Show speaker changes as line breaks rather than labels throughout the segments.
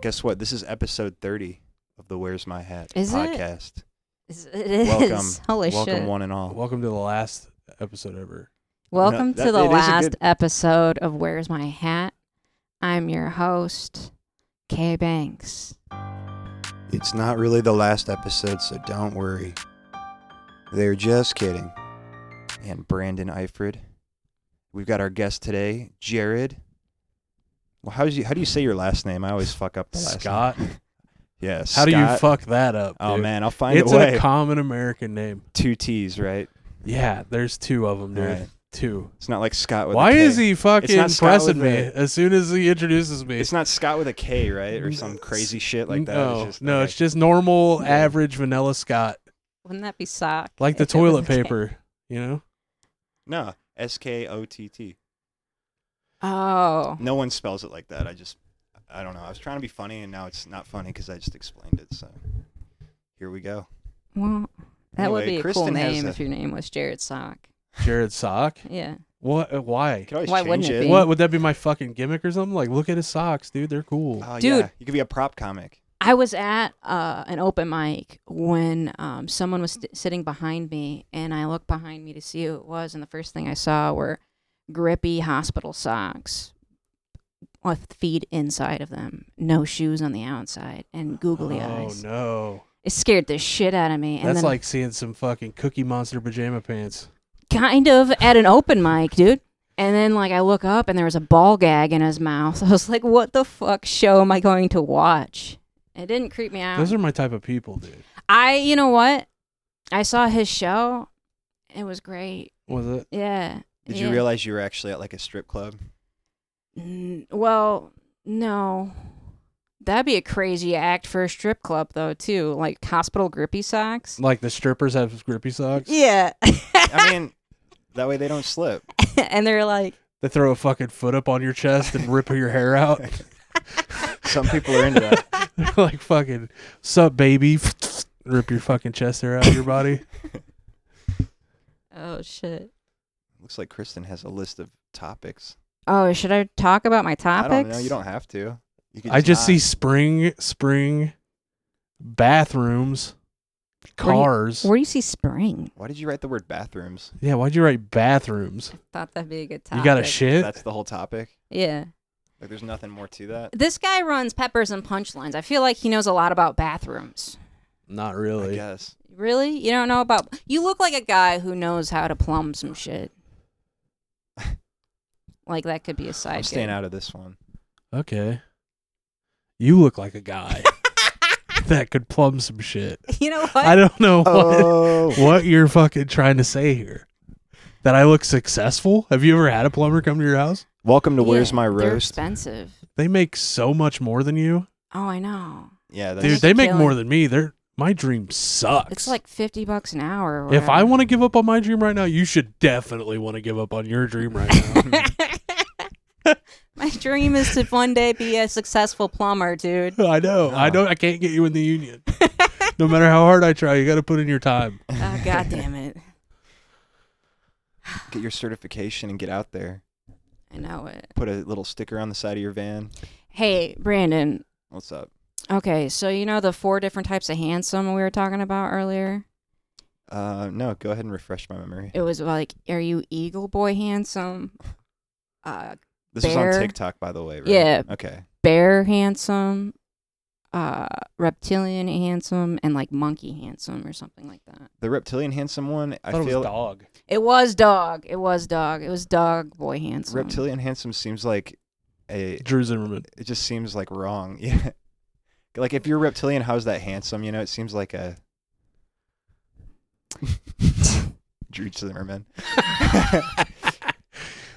guess what? This is episode 30 of the Where's My Hat
Is it?
podcast.
It's- It is.
Welcome.
Holy
Welcome,
shit.
one and all.
Welcome to the last episode ever.
Welcome
that-
to
it
the
is a
last
good-
episode of Where's My Hat? I'm your host, Kay Banks.
It's not really the last episode, so don't worry. They're just kidding. And Brandon Eifred. We've got our guest today, Jared. Well, how do you how do you say your last name? I always fuck up the last
Scott.
name. Yes.
How do you fuck that up?
Oh
dude?
man, I'll find
it's
a way.
a common American name.
Two T's, right?
Yeah, there's two of them, dude.
Right.
Two.
It's not like Scott with a
Why
K.
is he fucking
not Scott
pressing
with
me
a-
as soon as he introduces me?
It's not Scott with a K, right? Or some crazy shit like that.
No,
it's just
no,
like-
it's just normal, average vanilla Scott,
Wouldn't that be sock?
like the
if it was
toilet
a K?
paper. You know,
no. S K O T T.
Oh.
No one spells it like that. I just, I don't know. I was trying to be funny, and now it's not funny because I just explained it. So here we go.
Well, that would
Anyway,
be a cool
Kristen has
name
a-
if your name was Jared Sock.
Jared Sock.
Yeah.
What? uh, Why?
You can always
Why
change
wouldn't it
it.
be?
What would that be? My fucking gimmick or something? Like, look at his socks, dude. They're cool.
Oh,
Dude.
yeah. you could be a prop comic.
I was at uh, an open mic when um, someone was st- sitting behind me, and I looked behind me to see who it was, and the first thing I saw were grippy hospital socks with feet inside of them, no shoes on the outside, and googly
oh
eyes.
no,
It scared the shit out of me. And
that's
then
like seeing some fucking Cookie Monster pajama pants.
kind of at an open mic, dude. And then like I look up and there was a ball gag in his mouth. I was like, what the fuck show am I going to watch? It didn't creep me out.
Those are my type of people, dude.
I, you know what? I saw his show. It was great.
Was it?
Yeah.
Did
yeah.
you realize you were actually at like a strip club?
Mm, well, no. That'd be a crazy act for a strip club, though, too. Like hospital grippy socks.
Like the strippers have grippy socks.
Yeah.
I mean, that way they don't slip.
and they're like,
They throw a fucking foot up on your chest and rip your hair out.
Some people are into that.
like fucking sup baby. Rip your fucking chest hair out of your body.
oh, shit.
Looks like Kristen has a list of topics.
Oh, should I talk about my topics?
I don't know. You don't have to. You could
I just
not.
see spring, spring, bathrooms,
Where do you-
cars.
Where do you see spring?
Why did you write the word bathrooms?
yeah, why'd you write bathrooms?
Thought that'd be a good topic.
You got a shit?
That's the whole topic.
Yeah.
Like, there's nothing more to that.
This guy runs Peppers and Punchlines. I feel like he knows a lot about bathrooms.
Not
I
really.
guess.
Really? You don't know about. You look like a guy who knows how to plumb some shit. like, that could be a side.
I'm staying out of this one.
Okay. You look like a guy that could plumb some shit.
you know what?
I don't know what.
Oh.
what you're fucking trying to say here. That I look successful? Have you ever had a plumber come to your house?
Welcome to
Yeah,
Where's My
They're
Roast.
expensive.
They make so much more than you.
Oh, I know.
Yeah, that's
Dude,
That's
they make
killing.
more than me. They're my dream sucks.
It's like 50 bucks an hour. Or
if I
whatever.
want to give up on my dream right now, you should definitely want to give up on your dream right now.
My dream is to one day be a successful plumber, dude.
I know. I know I can't get you in the union. no matter how hard I try, you got to put in your time.
Oh, God damn it.
get your certification and get out there.
I know it.
Put a little sticker on the side of your van.
Hey, Brandon,
What's up?
Okay, so you know the four different types of handsome we were talking about earlier?
Uh, no, go ahead and refresh my memory.
It was like, are you eagle boy handsome? Uh,
This is on
Bear.
TikTok, by the way. Right?
Yeah.
Okay.
bear handsome, uh, reptilian handsome, and like monkey handsome or something like that.
The reptilian handsome one. I,
thought it was
feel
dog.
It was dog. It was dog. It was dog boy handsome.
reptilian handsome seems like a.
Drew Zimmerman.
It just seems like wrong. Yeah. Like if you're reptilian, how's that handsome? You know, it seems like a. Drew Zimmerman.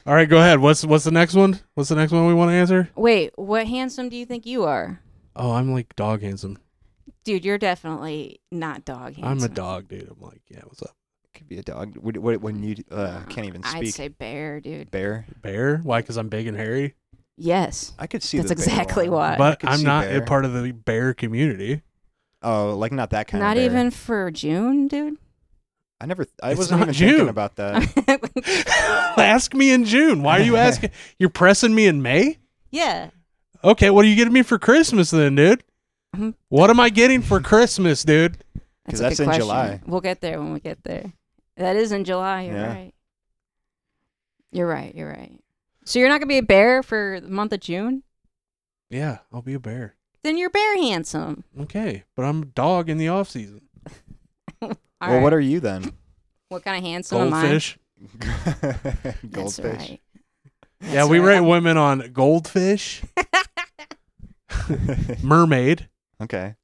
All right, go ahead. What's what's the next one? What's the next one we want to answer?
Wait, what handsome do you think you are?
Oh, I'm like dog handsome.
Dude, you're definitely not dog
I'm
handsome.
a dog, dude. I'm like, yeah, what's up?
Could be a dog. What, what, when you uh, can't even
I'd
speak.
say bear, dude.
bear.
Bear? Why? Because I'm big and hairy.
Yes.
I could see
That's
the bear
exactly
one.
why. I-
But
could
I'm
see
not
bear.
a part of the bear community.
Oh, like not that kind
Not
of bear.
even for June, dude.
I never. th- I
It's
wasn't
not
even thinking
June.
about that.
Ask me in June. Why are you asking? You're pressing me in May?
yeah.
Okay, what are you getting me for Christmas then, dude?
Mhm.
What am I getting for Christmas, dude?
'Cause
a
that's
good
in
question.
July.
We'll get there when we get there. That is in July. You're
Yeah.
right. You're right. You're right. So you're not gonna be a bear for the month of June?
Yeah, I'll be a bear.
Then you're bear handsome.
Okay, but I'm a dog in the off season.
All
well,
right.
what are you then?
What kind of handsome am I?
Goldfish.
That's
Goldfish.
right.
yeah,
That's
we
right.
rate women on goldfish, mermaid.
okay.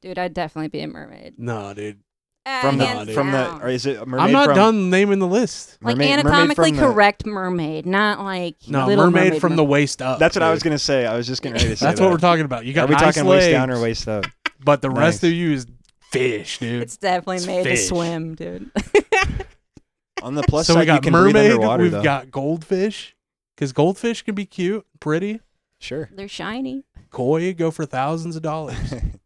Dude, I'd definitely be a mermaid.
No, dude.
Ah,
From the
hands
from the
down.
or is it a mermaid
I'm not
from,
done naming the list.
like
mermaid- mermaid
anatomically
from the-
correct mermaid, not like
No,
little
mermaid, from the
mer-
waist up.
That's what I
dude.
was gonna say. I was just getting ready to say
That's
that.
what we're talking about. You got
Are we
nice
talking waist down or
legs,
waist up?
But the rest
Nice.
of you is fish, dude.
It's definitely
It's
made
fish.
to swim, dude.
On the plus
so
side,
we
you
got
can breathe
mermaid.
underwater
We've
though.
got goldfish because goldfish can be cute, pretty,
sure.
They're shiny.
coy, go for thousands of dollars.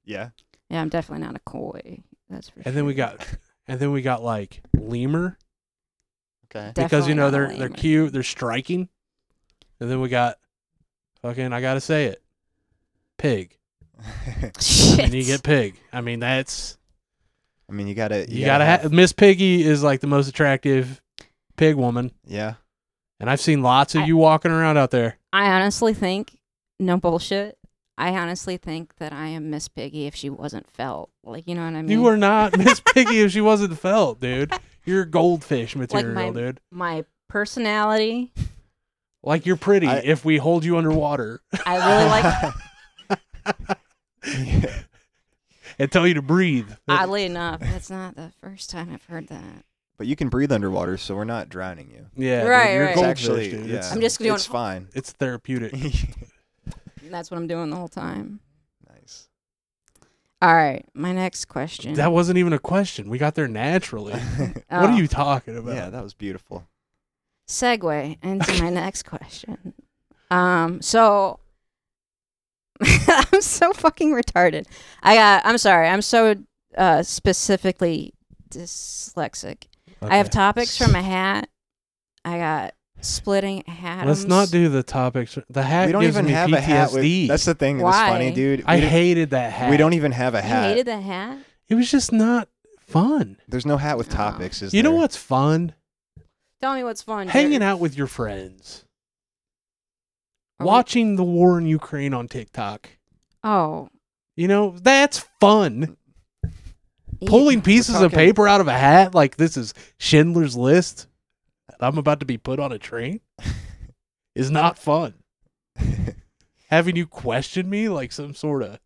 yeah.
Yeah, I'm definitely not a koi. That's for sure.
and then we got, and then we got like lemur
Okay.
because
Definitely
you know
not
they're
a
they're
lemur.
cute, they're striking. And then we got fucking I gotta say it, pig.
Shit.
And you get pig. I mean that's
I mean, you gotta.
you, gotta, have Miss Piggy is like the most attractive pig woman,
Yeah.
and I've seen lots of
I-
you walking around out there.
I honestly think, no bullshit. I honestly think that I am Miss Piggy if she wasn't felt. Like you know what I mean?
You were not Miss Piggy if she wasn't felt, dude. You're goldfish material,
my-
dude.
my personality.
Like you're pretty
I-
if we hold you underwater
I really like.
and tell you to breathe.
oddly enough, that's not the first time I've heard that.
but you can breathe underwater, so we're not drowning you.
yeah, dude,
Right,
you're
right.
It's
goldfish,
actually,
dude.
yeah.
It's,
I'm just doing-
It's fine.
it's therapeutic.
That's what I'm doing the whole time.
nice.
All right, my next question.
That wasn't even a question. We got there naturally. What
Oh.
are you talking about?
yeah, that was beautiful.
segue into my next question. Um, so I'm so fucking retarded. I got. I'm sorry. I'm so uh, specifically dyslexic. I have
Okay.
topics from a hat. I got splitting hat.
Let's not do the topics. The hat
we don't
gives
even
me
have
PTSD.
a hat. With, that's the thing that's funny,
Why?
dude. We
I
don't-
hated that hat.
We don't even have a
You
hat.
hated the hat.
It was just not fun.
There's no hat with
Oh.
topics. Is
you know
there?
what's fun?
Tell me what's fun.
Hanging out with your friends,
Are we-
watching the war in Ukraine on TikTok.
Oh,
You know that's fun.
yeah.
Pulling pieces of
talking-
paper out of a hat like this is Schindler's List. and I'm about to be put on a train. is not fun. having you question me like some sort of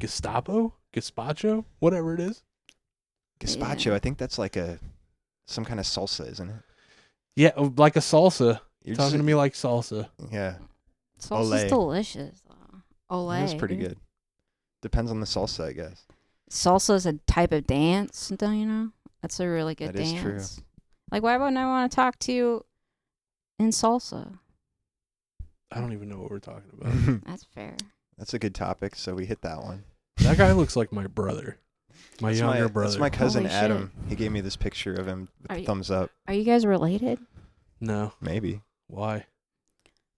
Gestapo, Gazpacho, whatever it is.
Gazpacho. I think that's like a some kind of salsa, isn't it?
Yeah, oh, like a salsa.
You're
talking
just-
to me like salsa.
Yeah,
Salsa's
Olay.
delicious. Though. Olay.
that's pretty good. Depends on the salsa, I guess.
Salsa is a type of dance, don't you know? That's a really good
That is
dance.
true.
Like, why wouldn't I want to talk to you in salsa?
I don't even know what we're talking about.
that's
That's fair.
a good topic. So we hit that one.
that guy looks like my brother, my
That's
younger
my, That's
brother.
my cousin
Holy shit.
Adam. He gave me this picture of him with
Are
the
you-
thumbs up.
Are you guys related?
No,
Maybe.
why?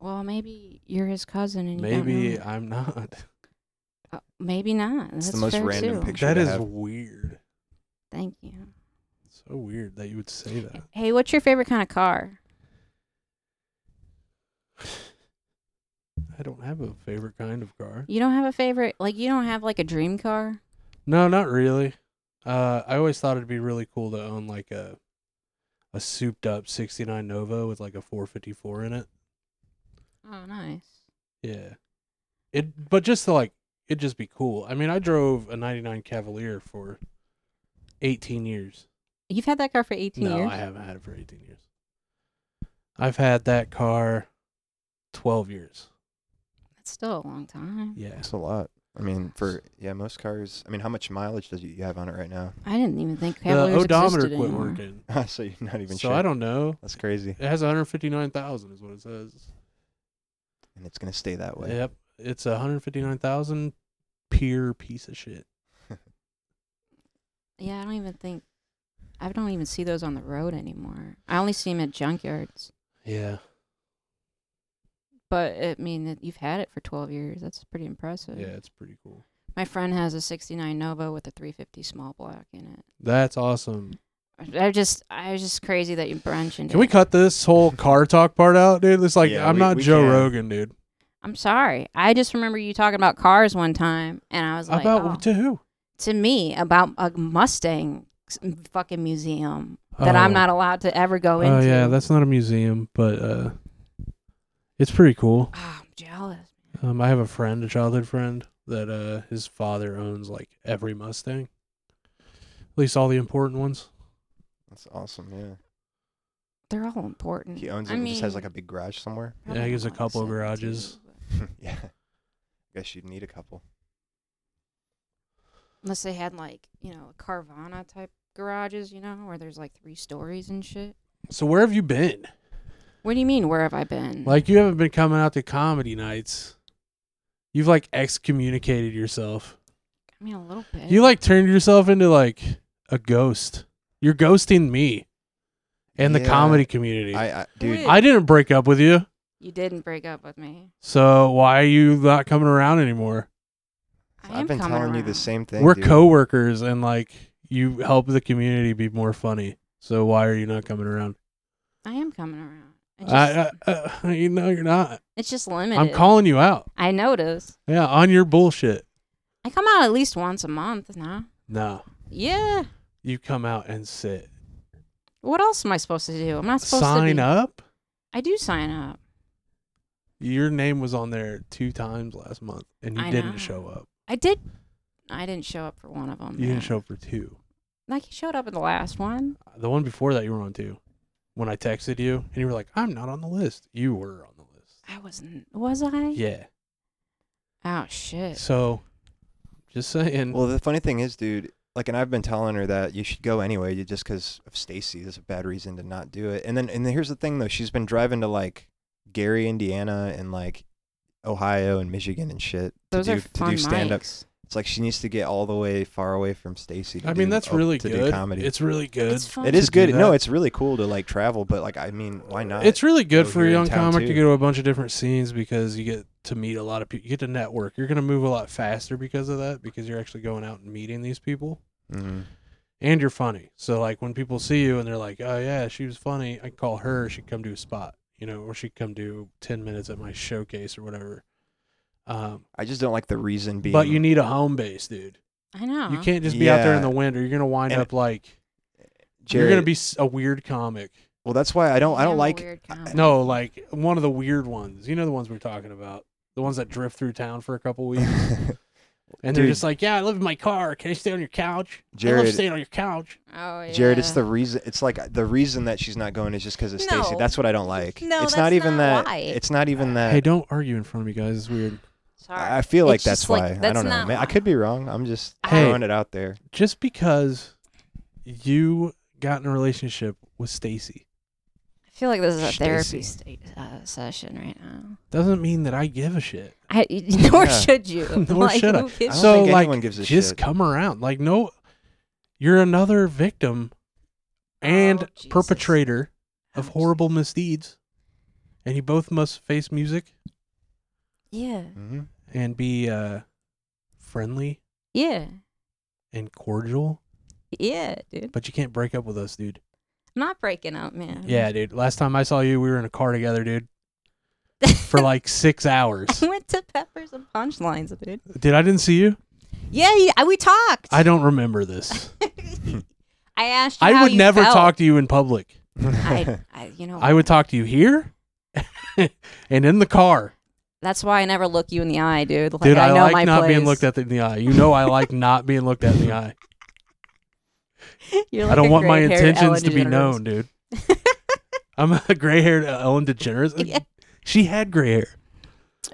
Well, maybe you're his cousin, and you don't
Maybe
know.
I'm not.
Uh, maybe not. That's
the most
fair,
random
too.
picture.
That
to
is
have.
weird.
Thank you.
So weird that you would say that.
Hey, what's your favorite kind of car?
I don't have a favorite kind of car.
You don't have a favorite. Like, you don't have like a dream car.
No, not really. Uh, I always thought it'd be really cool to own like a a souped up '69 Nova with like a 454 in it.
Oh, nice.
Yeah. It, but just to like, it'd just be cool. I mean, I drove a '99 Cavalier for 18 years.
You've had that car for 18
no,
years.
I haven't had it for 18 years. I've had that car 12 years.
That's still a long time.
Yeah.
That's a lot. I mean, for yeah, most cars. I mean, how much mileage does you, you have on it right now?
I didn't even think
The
Cavaliers
odometer
existed
quit
anymore.
working,
so you're not even
so
sure.
I don't know.
That's crazy.
It has 159,000 is what it says.
And it's gonna stay that way.
Yep, it's a hundred fifty nine thousand pure piece of shit.
Yeah, I don't even think. I don't even see those on the road anymore. I only see them at junkyards.
Yeah,
But I mean, it- you've had it for 12 years. That's pretty impressive.
Yeah, it's pretty cool.
My friend has a 69 Nova with a 350 small block in it.
That's awesome.
I just, I was just crazy that you mentioned
Can we
it.
cut this whole car talk part out, dude? It's like
Yeah,
I'm
we-
not
we
Joe
can.
Rogan, dude.
I'm sorry. I just remember you talking about cars one time, and I was like,
About
oh,
to who?
to me, about a Mustang s- fucking museum that I'm
Oh.
not allowed to ever go
Oh
into.
yeah, that's not a museum, but uh, it's pretty cool.
Ah, I'm jealous.
Um, I have a friend, a childhood friend, that uh, his father owns like every Mustang, at least all the important ones.
That's awesome. Yeah.
They're all important.
He owns it.
Mm, I
and
mean,
just has like a big garage somewhere.
probably
Yeah, he has a
not
couple
said
garages.
too, but-
yeah. Guess you'd need a couple.
Unless they had like, you know, Carvana type garages, you know, where there's like three stories and shit.
So where have you been?
What do you mean, where have I been?
Like you haven't been coming out to comedy nights. You've like excommunicated yourself.
I mean, a little bit.
You like turned yourself into like a ghost. You're ghosting me and the
Yeah.
comedy community. I,
I, I dude.
Wait.
didn't break up with you,
you didn't break up with me.
so why are you not coming around anymore?
I am
I've been
coming
telling you
around.
the same thing.
We're
dude.
coworkers, and like you help the community be more funny. So why are you not coming around?
I am coming around. It just,
I, I, I, you know you're not.
it's just limited.
I'm calling you out.
I notice.
Yeah, on your bullshit.
I come out at least once a month now.
Nah,
Yeah.
you come out and sit.
What else am I supposed to do? I'm not supposed to
Sign
be-
up.
I do sign up.
Your name was on there two times last month, and you
I
didn't
know.
show up.
I did. I didn't show up for one of them.
You didn't show up for two.
Like he showed up in the last one.
The one before that you were on two. When I texted you and you were like, "I'm not on the list." You were on the list.
I wasn't. Was I?
Yeah.
Oh shit.
So, just saying.
Well, the funny thing is, dude. Like, and I've been telling her that you should go anyway, you- just because of Stacy. There's a bad reason to not do it. And then, and then here's the thing, though. She's been driving to like Gary, Indiana, and like Ohio and Michigan and shit
Those
to
are
do
fun
to do stand up.
mics.
It's like she needs to get all the way far away from Stacy. to
I mean,
do-
that's
oh,
really
to
good.
do comedy.
It's really good.
It's fun.
It is
to do
good. No,
that.
it's really cool to like travel, but like I mean, why not?
It's really good
Go
for a
here in
young
town,
comic to
too.
go to a bunch of different scenes because you get to meet a lot of people. You get to network. You're going to move a lot faster because of that because you're actually going out and meeting these people
Mhm.
and you're funny. So like when people see you and they're like, "Oh yeah, she was funny," I call her. She'd come do a spot, you know, or she'd come do ten minutes at my showcase or whatever. Um,
I just don't like the reason being.
but you need a home base, dude.
I know.
You can't just be out there in
Yeah.
the wind, or you're gonna wind
And-
up like you're
Jared,
gonna be s- a weird comic.
Well, that's why I don't. I
I'm
don't
a
like.
weird comic.
No, like one of the weird ones. You know the ones we're talking about. The ones that drift through town for a couple weeks, and they're
Dude.
just like, "Yeah, I live in my car. Can I stay on your couch? I love
Jared,
staying on your couch."
Oh yeah.
Jared, it's the reason. It's like the reason that she's not going is just because of Stacy.
No.
That's what I don't like.
No,
it's
that's
not even that.
not why.
It's not even that.
Hey, don't argue in front of me, guys. It's weird.
Sorry.
I I feel like
It's
that's
just
why.
like,
I
that's
don't know.
not
Man, I
why.
could be wrong. I'm just
Hey.
throwing it out there.
just because you got in a relationship with Stacy
I feel like this is a
Stacy.
therapy state, uh, session right now.
doesn't mean that I give a shit.
I, nor
Yeah.
should you.
Nor
like,
should I.
who
I
gives
don't
So,
a-
think
like,
anyone gives a
just
shit.
come around. Like no you're another victim and
Oh, Jesus.
perpetrator of
Ouch.
horrible misdeeds. And you both must face music
Yeah.
hmm
and be uh friendly
Yeah.
and cordial,
Yeah, dude.
but you can't break up with us, dude.
I'm not breaking up, man.
Yeah, dude. Last time I saw you, we were in a car together, dude, for like 6 hours.
I went to Peppers and Punchlines, dude.
Did I didn't see you?
Yeah, you- I- we talked.
I don't remember this.
I asked you
I
how
would
you
never
felt. Oh
talk to you in public.
I, I, you know,
I would talk to you here and in the car.
that's why I never look you in the eye, dude. Like,
Dude, I,
know my
like not being
place.
looked at in the eye. You know I like not being looked at in the eye.
You're
I
like
don't
a
want my
gray-haired
intentions
Ellen
to be
DeGeneres.
known, dude. I'm a gray-haired Ellen DeGeneres.
Yeah.
She had gray hair.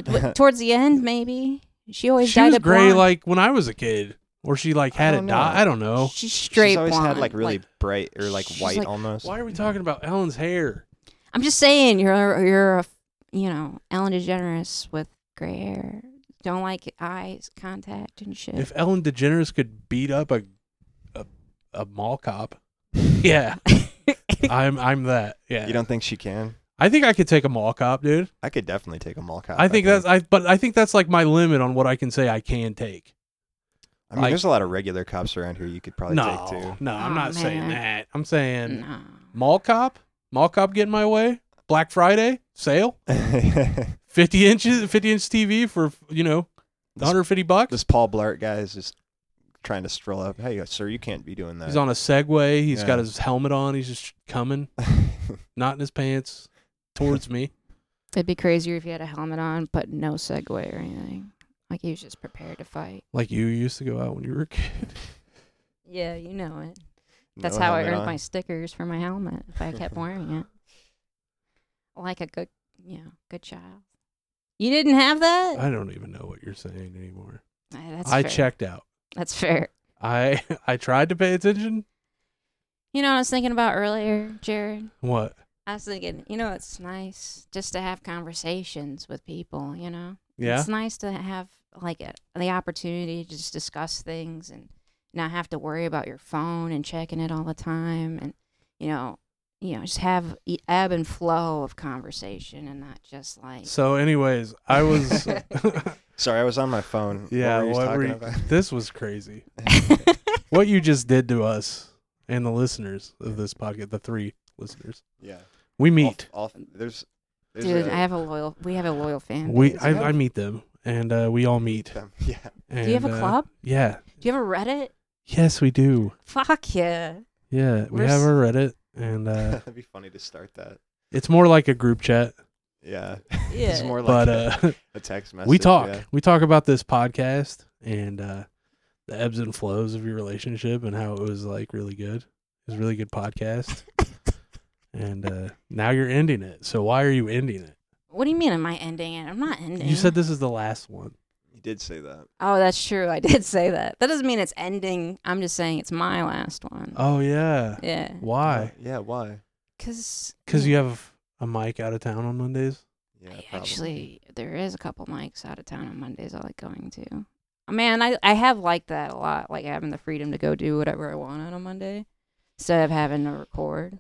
W- Towards the end, maybe she always
she
dyed
was
it
gray
blonde.
like when I was a kid, or she like had
I
it
don't
dye.
know.
I don't know.
she's straight
she's always
blonde.
had like really bright or like
she's
white
like,
almost.
Why are we talking about Ellen's hair?
I'm just saying, you're you're a you know Ellen DeGeneres with gray hair. Don't like eyes contact and shit.
If Ellen DeGeneres could beat up a a, a mall cop, yeah, I'm I'm that. Yeah,
You don't think she can?
I think I could take a mall cop, dude.
I could definitely take a mall cop.
I think that's I but I think that's like my limit on what I can say I can take.
I mean,
like-
there's a lot of regular cops around here. You could probably
no,
take too.
no, I'm
Aw,
not saying
man.
that. I'm saying
No.
mall cop, mall cop getting my way. Black Friday sale, fifty inches, fifty inch TV for you know,
This-
150 bucks.
this Paul Blart guy is just trying to stroll up. Hey, sir, you can't be doing that.
He's on a Segway. He's got
Yeah.
his helmet on. He's just coming, not in his pants, towards me.
It'd be crazier if you had a helmet on, but no segue or anything. Like he was just prepared to fight.
Like you used to go out when you were a kid.
Yeah, you know it.
No
That's how I
helmet
earned
on.
my stickers for my helmet. If I kept wearing it, like a good, you know, good child. You didn't have that.
I don't even know what you're saying anymore.
Eh, That's
I
fair.
checked out.
That's fair.
I I tried to pay attention.
You know what I was thinking about earlier, Jared?
What?
I was thinking, you know, it's nice just to have conversations with people. You know,
Yeah.
it's nice to have like a, the opportunity to just discuss things and not have to worry about your phone and checking it all the time, and you know, you know, just have e- ebb and flow of conversation and not just like.
So, anyways, I was.
Sorry, I was on my phone.
yeah.
you
What
talking
were you,
about?
this was crazy. What you just did to us and the listeners of this podcast, the three listeners.
Yeah.
We meet.
All, all, there's, there's
Dude,
a-
I have a loyal. We have a loyal fan.
We
base.
I, I meet them and uh, we all meet.
them. Yeah.
Do you have
And,
a
uh,
club?
yeah.
Do you have a Reddit?
Yes, we do.
Fuck yeah.
Yeah, we
We're
have
s-
our Reddit, and uh,
That'd be funny to start that.
it's more like a group chat.
Yeah. it's
Yeah.
more like
But
a,
uh,
a text message.
we talk,
yeah.
we talk about this podcast and uh, the ebbs and flows of your relationship, and how it was like really good. It was a really good podcast, and uh, now you're ending it. So why are you ending it?
What do you mean? Am I ending it? I'm not ending.
You said this is the last one.
You did say that.
Oh, that's true. I did say that. That doesn't mean it's ending. I'm just saying it's my last one.
Oh yeah,
Yeah.
why?
Yeah, why?
Cause.
Because you have a mic out of town on Mondays.
Yeah,
I
probably.
actually, there is a couple mics out of town on Mondays. I like going to. Man, I I have liked that a lot. Like having the freedom to go do whatever I want on a Monday, instead of having to record.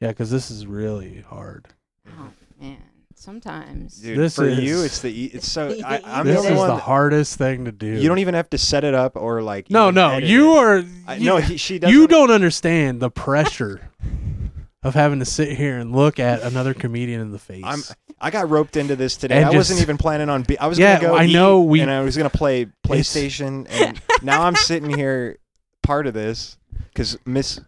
Yeah, because this is really hard.
Mm-hmm.
Oh man, sometimes.
Dude,
This
for you,
is-
it's the e- it's so I, I'm
This
the
this
only
is
one.
the
that-
hardest thing to do.
you don't even have to set it up or like.
No,
even
no,
edit
you
it.
are.
I,
you-
no, he, she doesn't.
you don't understand the pressure of having to sit here and look at another comedian in the face.
I'm. I got roped into this today.
And
I wasn't
just-
even planning on. Be- I was
Yeah,
gonna go.
I
eat,
know we-
and I was gonna play
It's-
PlayStation, and now I'm sitting here, part of this, because Miss,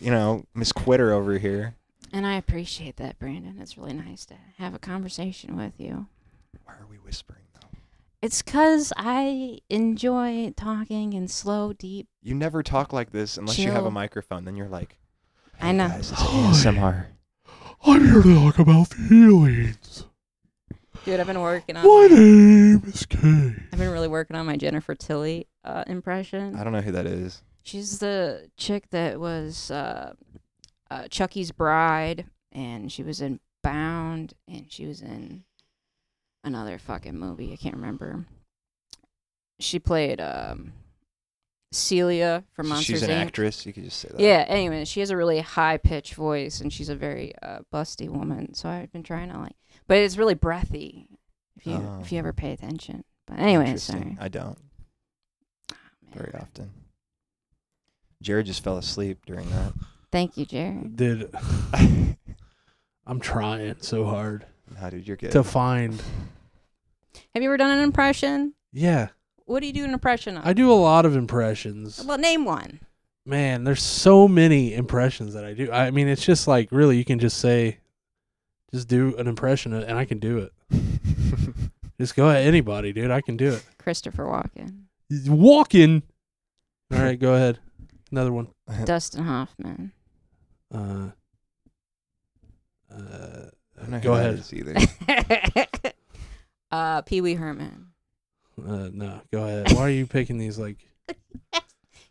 you know, Miss Quitter over here.
And I appreciate that, Brandon. It's really nice to have a conversation with you.
Why are we whispering though?
It's 'cause I enjoy talking in slow, deep.
You never talk like this unless you have a
Chill.
microphone. Then you're like,
I know.
guys, it's ASMR.
I'm here to talk about feelings.
Dude, I've been working on.
My name is Kay.
I've been really working on my Jennifer Tilly uh,
I
impression.
don't know who that is.
She's the chick that was uh, uh, Chucky's bride, and she was in Bound, and she was in another fucking movie. I can't remember. She played um, Celia from
So
Monsters
She's an
Inc.
actress. You could just say that.
Yeah, anyway, she has a really high pitched voice and she's a very uh, busty woman. So I've been trying to like, but it's really breathy if you
Oh.
if you ever pay attention. But anyway,
Interesting.
sorry.
I don't
Man.
very often. Jared just fell asleep during that.
Thank you, Jerry.
Dude, I'm trying so hard
How did you get?
to find.
Have you ever done an impression?
Yeah,
What do you do an impression of?
I do a lot of impressions.
Well, name one.
Man, there's so many impressions that I do. I mean, it's just like really, you can just say, just do an impression, and I can do it. Just go at anybody, dude. I can do it.
Christopher Walken,
walking. All right, go ahead. Another one.
Dustin Hoffman.
Uh, uh,
I don't know who
go
that
ahead.
is either.
uh, Pee Wee Herman.
Uh, no, go ahead. Why are you picking these? Like,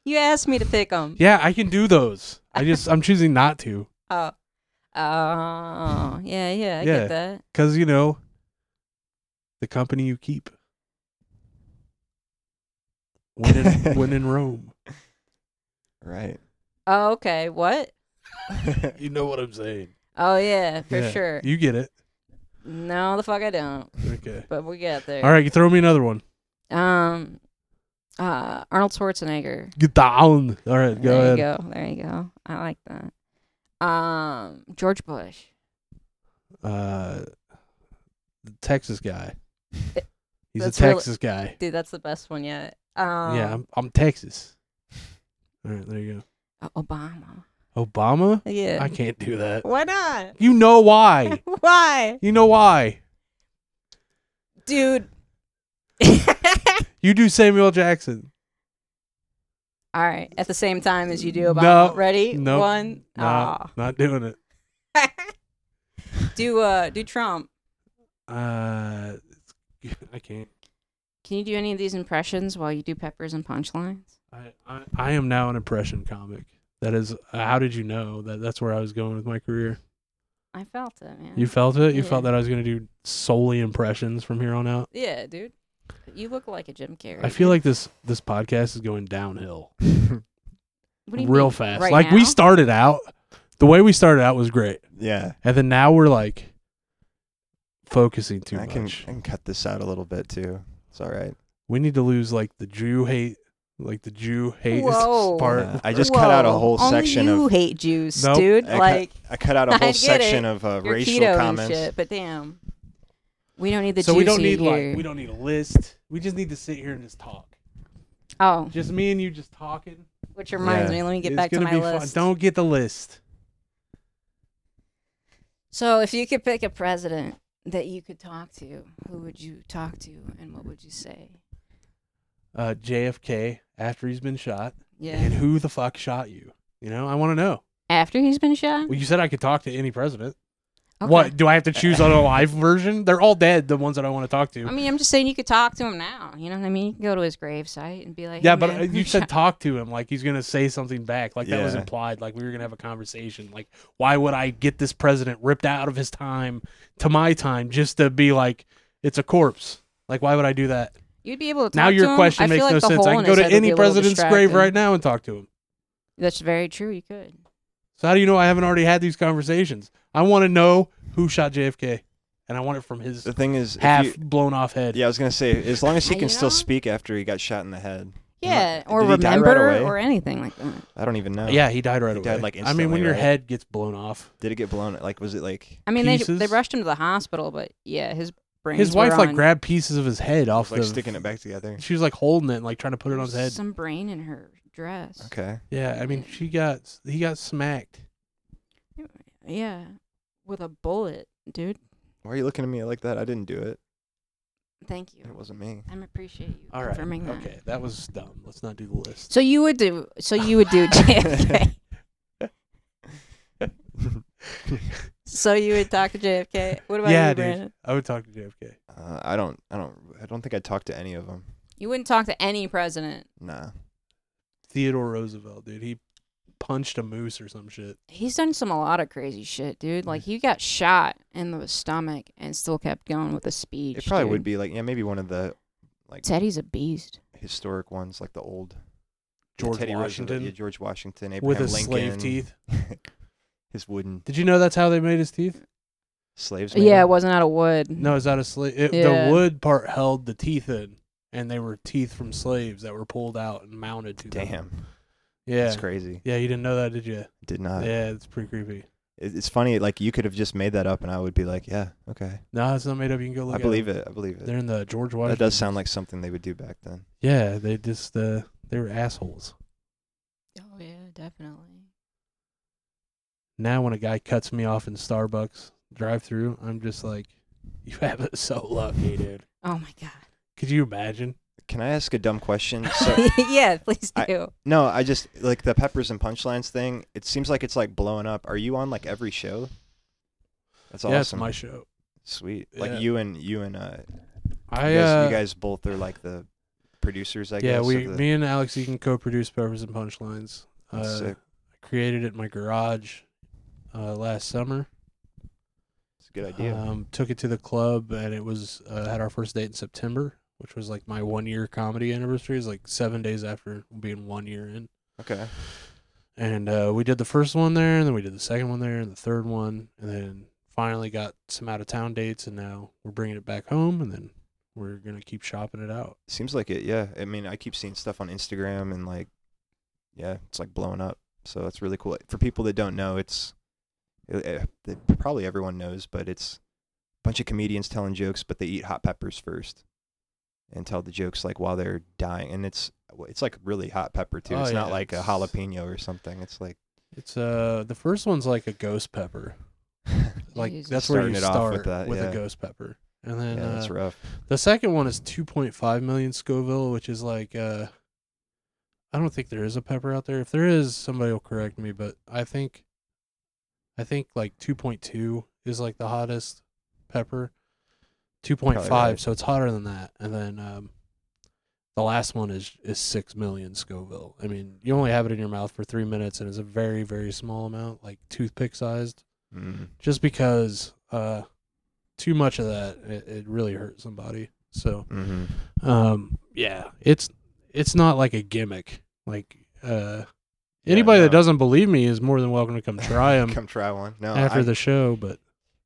You asked me to pick them.
yeah, I can do those. I just I'm choosing not to
Oh. Oh, yeah, yeah, I
Yeah.
get that.
because you know the company you keep. When in, when in Rome,
Right.
Oh, okay. What?
you know what I'm saying.
Oh yeah, for
Yeah,
sure.
You get it.
No, the fuck I don't.
Okay.
But we got there.
All right, you throw me another one.
Um, uh, Arnold Schwarzenegger.
Get down. All right, go
there
ahead.
you go. There you go. I like that. Um, George Bush.
Uh, the Texas guy.
Th-
He's
that's
a
really-
Texas guy.
Dude, that's the best one yet. Um,
yeah, I'm, I'm Texas. All right, there you
O- Obama.
go. Obama?
Yeah.
I can't do that.
Why not?
You know why.
Why,
You know why.
dude?
You do Samuel Jackson.
All right, at the same time as you do Obama.
No,
Ready?
no,
One.
Nah,
Aw.
Not doing it.
do uh do Trump.
Uh, it's- I can't.
Can you do any of these impressions while you do peppers and punchlines?
I, I, I am now an impression comic. That is, uh, how did you know that that's where I was going with my career?
I felt it, man.
You felt it? You felt
Mm. Yeah.
that I was going to do solely impressions from here on out?
yeah, dude. You look like a Jim Carrey.
I feel like this this podcast is going downhill
What do you
real
mean,
fast.
right
like we
now?
started out, the way we started out was great,
yeah,
and then now we're like focusing too
I can
much.
I can cut this out a little bit too. It's all right.
We need to lose like the Jew hate, like the Jew hate
Whoa.
part.
Yeah, I just cut out a
Whoa,
whole
only
section
you
of-
hate Jews,
Nope.
dude.
I cut-
like
I cut out a
I
whole
get
section of uh,
you're
racial
keto
comments.
and shit, but damn. We don't need the
so
juicy
we don't need
here.
like we don't need a list. We just need to sit here and just talk.
oh,
Just me and you just talking.
which reminds
Yeah.
me, let me get
It's
back to
gonna
my
be
list.
Fun. Don't get the list.
So, if you could pick a president that you could talk to, who would you talk to, and what would you say?
Uh, JFK after he's been shot,
Yeah.
and who the fuck shot you? You know, I want to know.
After he's been shot.
Well, you said I could talk to any president.
Okay.
What do I have to choose on a live version? They're all dead. The ones that I want to talk to.
I mean, I'm just saying you could talk to him now. You know what I mean? You can go to his gravesite and be like,
yeah,
"Hey,
but
man,
uh, you
I'm
said
shot."
talk to him like he's gonna say something back. Like that was
Yeah.
implied. Like we were gonna have a conversation. Like why would I get this president ripped out of his time to my time just to be like it's a corpse? Like why would I do that?
You'd be able to. Talk
now
to
your
him.
question
I
makes
feel like
no
the
sense.
hole
I
in
can
his
go to
head would be
any
a little
president's grave
distracting.
right now and talk to him.
That's very true. You could.
So how do you know I haven't already had these conversations? I want to know who shot JFK, and I want it from his
The thing is, if
half
you-
blown off head.
yeah, I was gonna say as long as he
You
can still
know?
speak after he got shot in the head.
Yeah,
Did
or
he die right
remember
away?
or anything like that.
I don't even know.
Yeah, he died right
He
away.
died, like,
I mean,
instantly,
when your
right?
head gets blown off,
Did it get blown? Like, was it like
I mean, they, they
Pieces?
rushed him to the hospital, but yeah, his brains.
his wife
were
like
on-
grabbed pieces of his head off
like
the.
sticking it back together?
She was like holding it, and, like trying to put it on his head.
Some brain in her dress.
Okay.
Yeah, I mean, she got he got smacked.
Yeah, with a bullet, dude.
Why are you looking at me like that? I didn't do it.
Thank you.
It wasn't me.
I appreciate you
All right,
confirming that.
okay, that was dumb. Let's not do the list.
So you would do. So you would do JFK. so you would talk to JFK. What about
yeah,
you,
dude,
Brandon?
I would talk to JFK.
Uh, I don't. I don't. I don't think I talked to any of them.
You wouldn't talk to any president.
Nah.
Theodore Roosevelt, dude, he punched a moose or some shit.
He's done some a lot of crazy shit, dude. Like he got shot in the stomach and still kept going with a speech.
It probably would
dude.
be like yeah, maybe one of the like
Teddy's a beast.
historic ones, like the old the
George
Teddy Roosevelt-
Washington
yeah, George Washington, Abraham
with his
Lincoln,
slave teeth.
his wooden
Did you know that's how they made his teeth?
slaves.
Yeah, it
maybe?
wasn't out of wood.
No, it's out of slave. It,
Mm-hmm. Yeah.
The wood part held the teeth in, and they were teeth from slaves that were pulled out and mounted to them.
Damn,
Yeah.
that's crazy.
Yeah, you didn't know that, did you?
Did not.
yeah, it's pretty creepy.
It, it's funny. Like you could have just made that up, and I would be like, yeah, okay,
No, it's not made up. You can go look.
I believe it. I believe it.
They're in the George
That
Washington.
does sound like something they would do back then.
Yeah, they just uh, they were assholes.
Oh yeah, definitely.
Now when a guy cuts me off in Starbucks drive-through, I'm just like, you have it so lucky, dude.
Oh my god.
Could you imagine?
Can I ask a dumb question? So
yeah, please
I-
do.
no, I just like the peppers and punchlines thing. It seems like it's like blowing up. Are you on like every show? That's
Yeah, it's
awesome.
my show.
Sweet. Like
Yeah.
you and you and uh,
I
you, guys,
uh,
you guys both are like the producers, I
yeah,
guess.
we,
of the-
me and Alex, you can co-produce Peppers and Punchlines. Uh,
That's sick.
I created it in my garage uh, last summer.
It's a good idea.
Um, took it to the club, and it was uh, had our first date in September, which was like my one year comedy anniversary. It was like seven days after being one year in,
okay.
And uh, we did the first one there, and then we did the second one there, and the third one, and then finally got some out of town dates, and now we're bringing it back home, and then we're gonna keep shopping it out.
Seems like it, yeah. I mean, I keep seeing stuff on Instagram and like, yeah, it's like blowing up. So that's really cool. For people that don't know, it's it, it, it- probably everyone knows, but it's a bunch of comedians telling jokes, but they eat hot peppers first and tell the jokes like while they're dying. And it's it's like really hot pepper too.
Oh,
it's not
yeah,
like a
it's-
jalapeno or something. It's like
It's uh the first one's like a ghost pepper, like
Jesus.
that's where you
Starting it off
start
with
with,
that, yeah.
a ghost pepper, and then
yeah,
uh,
that's rough.
The second one is 2.5 million Scoville, which is like uh I don't think there is a pepper out there. If there is, somebody will correct me, but I think I think like 2.2 is like the hottest pepper. 2.5,
right.
so it's hotter than that. And then um the last one is is 6 million Scoville. I mean, you only have it in your mouth for 3 minutes and it's a very very small amount, like toothpick sized,
Mm.
just because uh too much of that it, it really hurts somebody. So
hmm
um yeah it's it's not like a gimmick like uh
Yeah,
anybody
no.
that doesn't believe me is more than welcome to come try them
Come try one. No,
after
I-
the show but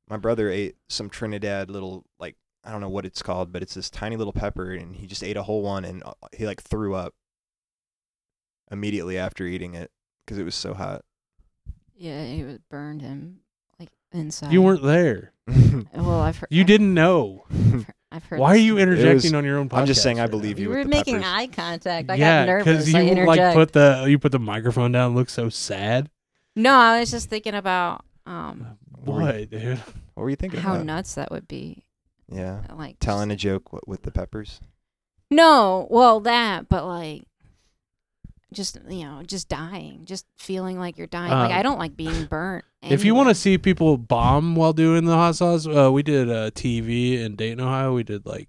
my brother ate some Trinidad little like I don't know what it's called, but it's this tiny little pepper, and he just ate a whole one, and uh, he like threw up immediately after eating it because it was so hot.
Yeah, it was burned him like inside.
you weren't there
Oh, Well, I've heard.
you
I've-
didn't know
I've heard- I've heard.
why are
this-
you interjecting on your own podcast
I'm just saying I
right now?
believe
You
you
were
with the
making
peppers.
eye contact. I
yeah,
got nervous.
you
I
like
interject.
put the you put the microphone down, look so sad.
no, I was just thinking about um
What were
What, dude?
What were you thinking
how
about?
nuts that would be.
yeah,
Like just-
telling a joke w- with the peppers.
No, well that, but like just you know, just dying, just feeling like you're dying. like
Um,
I don't like being burnt.
If you want to see people bomb while doing the hot sauce, uh, we did uh, TV in Dayton, Ohio. We did like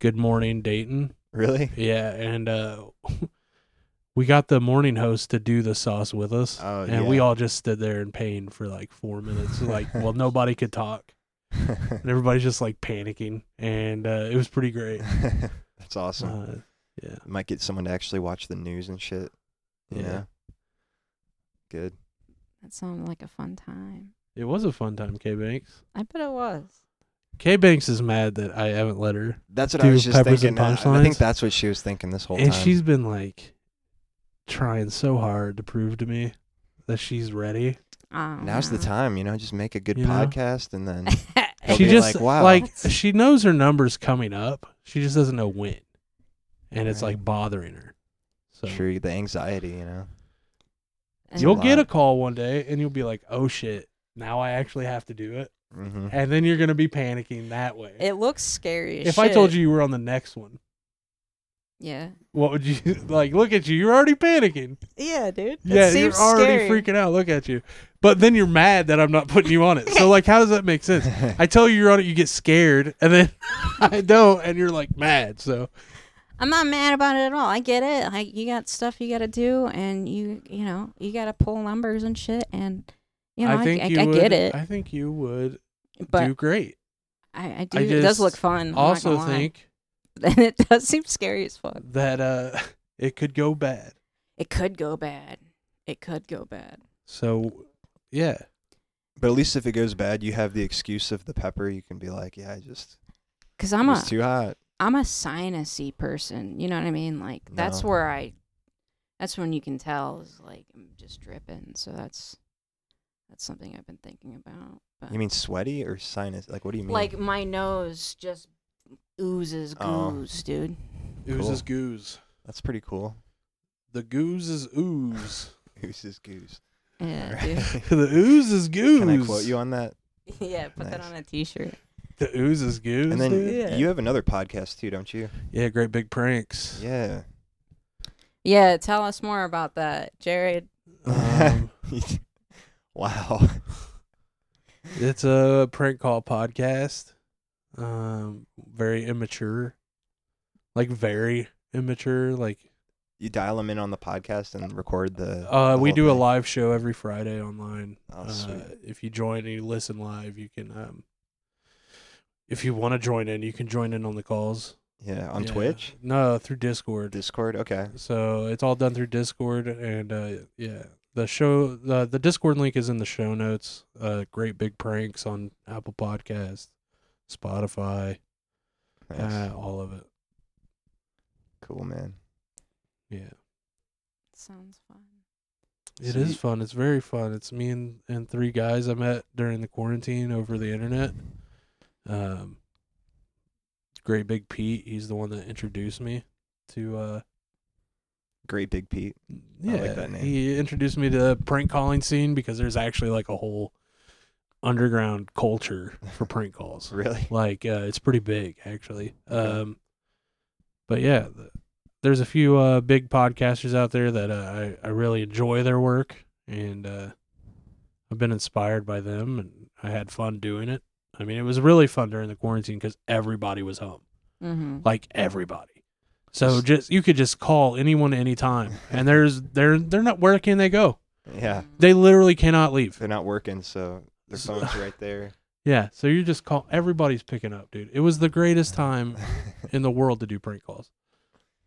Good Morning Dayton,
Really?
Yeah, and uh we got the morning host to do the sauce with us.
Oh,
and we
yeah.
all just stood there in pain for like four minutes. Like, well, nobody could talk. And everybody's just like panicking. And uh, it was pretty great.
That's awesome.
Uh, yeah.
Might get someone to actually watch the news and shit. You
Yeah.
know? Good.
that sounded like a fun time.
It was a fun time, K Banks.
I bet it was.
K Banks is mad that I haven't let her.
That's what I
Do
was just
peppers and
thinking. uh, I, I think
punchlines?
that's what she was thinking this whole
and
time.
she's been like trying so hard to prove to me that she's ready.
I don't
Now's the
know.
time, you know, just make a good
You know?
podcast and then They'll
she
be
just
like, wow.
like she knows her numbers coming up. She just doesn't know when, and it's
Right.
like bothering her. So
sure the anxiety, you know.
And-
you'll
a
get a
lot.
call one day, and you'll be like, "Oh shit, now I actually have to do it,"
hmm
and then you're gonna be panicking that way.
It looks scary. as
if I told
shit.
you you were on the next one,
yeah,
what would you like? Look at you, you're already panicking.
yeah, dude.
yeah, you're already freaking out. Look at you, but then you're mad that I'm not putting you on it. So like, how does that make sense? I tell you you're on it, you get scared, and then I don't, and you're like mad. So
I'm not mad about it at all. I get it. Like you got stuff you got to do, and you you know you got to pull numbers and shit, and you know I, I, I,
would,
get it,
I think you would
but
do great.
I, I do.
I
it does
just
look fun. I'm not
also
gonna lie.
think
and it does seem scary as fuck.
that uh it could go bad.
It could go bad. It could go bad.
So yeah.
But at least if it goes bad, you have the excuse of the pepper. You can be like, yeah, I just
Cause I'm
it
a
was too hot.
am a sinusy person. You know what I mean? Like that's
No.
where I. That's when you can tell is like I'm just dripping. So that's that's something I've been thinking about. But
You mean sweaty or sinus? Like, what do you mean?
like my nose just oozes
Oh.
goose, dude.
Cool.
is goose.
that's pretty cool.
The goose is ooze.
Goose is goose.
Yeah,
Alright.
dude.
the ooze is goose.
Can I quote you on that?
yeah, put that
Nice.
on a t-shirt.
The ooze is goose.
And then
dude?
Yeah.
you have another podcast too, don't you?
yeah, great big pranks.
Yeah.
Yeah, tell us more about that, Jared.
Um,
wow.
it's a prank call podcast. Um, very immature. Like very immature. Like
You dial them in on the podcast and record the.
Uh,
the
we
whole
do a
thing.
live show every Friday online.
Oh,
uh,
sweet.
if you join and you listen live, you can. Um, if you want to join in, you can join in on the calls
Yeah, on
Yeah.
Twitch,
No, through Discord.
Discord. Okay.
So it's all done through Discord, and uh, yeah, the show the the Discord link is in the show notes. Uh, great big pranks on Apple Podcast, Spotify,
Nice.
uh, all of it.
cool, man.
Yeah,
Sounds fun.
it is
So you-
fun. It's very fun. It's me and and three guys I met during the quarantine over the internet. Um, great big Pete. He's the one that introduced me to uh
Great Big Pete.
Mm, yeah,
that name.
He introduced me to the prank calling scene because there's actually like a whole underground culture for prank calls.
Really?
Like uh, it's pretty big actually.
Okay.
Um, but yeah, th- there's a few uh, big podcasters out there that uh, I I really enjoy their work and uh, I've been inspired by them and I had fun doing it. I mean, it was really fun during the quarantine because everybody was home
Mm-hmm.
like everybody. So just you could just call anyone anytime, and there's they're they're not where can they go?
Yeah.
They literally cannot leave.
They're not working, so their
So-
phone's right there.
Yeah, so you just call everybody's picking up, dude. It was the greatest time in the world to do prank calls.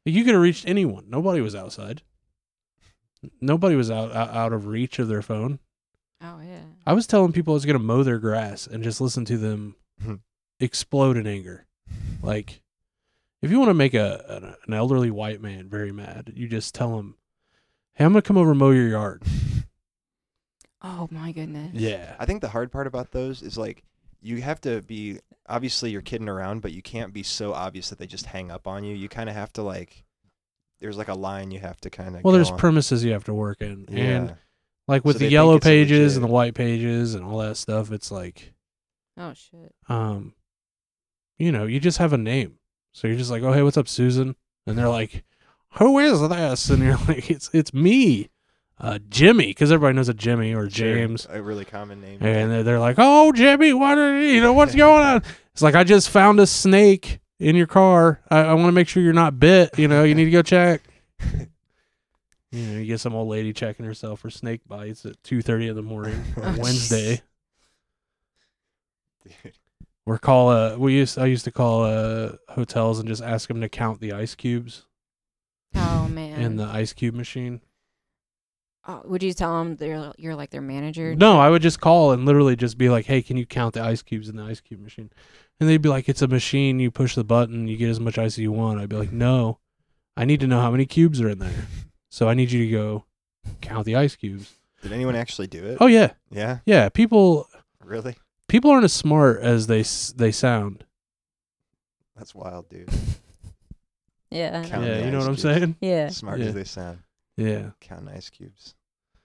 You could have reached anyone. Nobody was outside. Nobody was out out out of reach of their phone.
Oh yeah.
I was telling people I was gonna mow their grass and just listen to them explode in anger. Like, if you want to make a an, an elderly white man very mad, you just tell him, "Hey, I'm gonna come over and mow your yard."
Oh my goodness.
Yeah,
I think the hard part about those is like you have to be obviously you're kidding around, but you can't be so obvious that they just hang up on you. You kind of have to like there's like a line you have to kind of
well, there's premises you have to work in,
yeah.
and like with
So they
the
think
yellow
it's
pages
legit.
and the white pages and all that stuff, it's like,
Oh shit.
um, you know, you just have a name, so you're just like, "Oh, hey, what's up, Susan?" And they're like, "Who is this?" And you're like, "It's it's me, uh, Jimmy," because everybody knows a Jimmy or
Sure,
James.
a really common name.
and they're, they're like, "Oh, Jimmy, what are you know what's going on?" It's like I just found a snake in your car. I, I want to make sure you're not bit. You know, you need to go check. you know, you get some old lady checking herself for snake bites at two thirty in the morning on
Oh,
Wednesday.
Dude,
Or call uh, we used I used to call uh hotels and just ask them to count the ice cubes
Oh man.
in the ice cube machine.
oh, would you tell them they're you're like their manager?
No, I would just call and literally just be like, "Hey, can you count the ice cubes in the ice cube machine?" And they'd be like, "It's a machine. You push the button, you get as much ice as you want." I'd be like, "No, I need to know how many cubes are in there. So I need you to go count the ice cubes."
Did anyone actually do it?
Oh yeah,
Yeah,
yeah. People
really?
people aren't as smart as they s- they sound.
That's wild, dude.
Yeah. I know.
Count
yeah,
the
you know what
ice
I'm
cubes.
saying?
Yeah.
Smart
Yeah.
as they sound.
Yeah.
Counting ice cubes.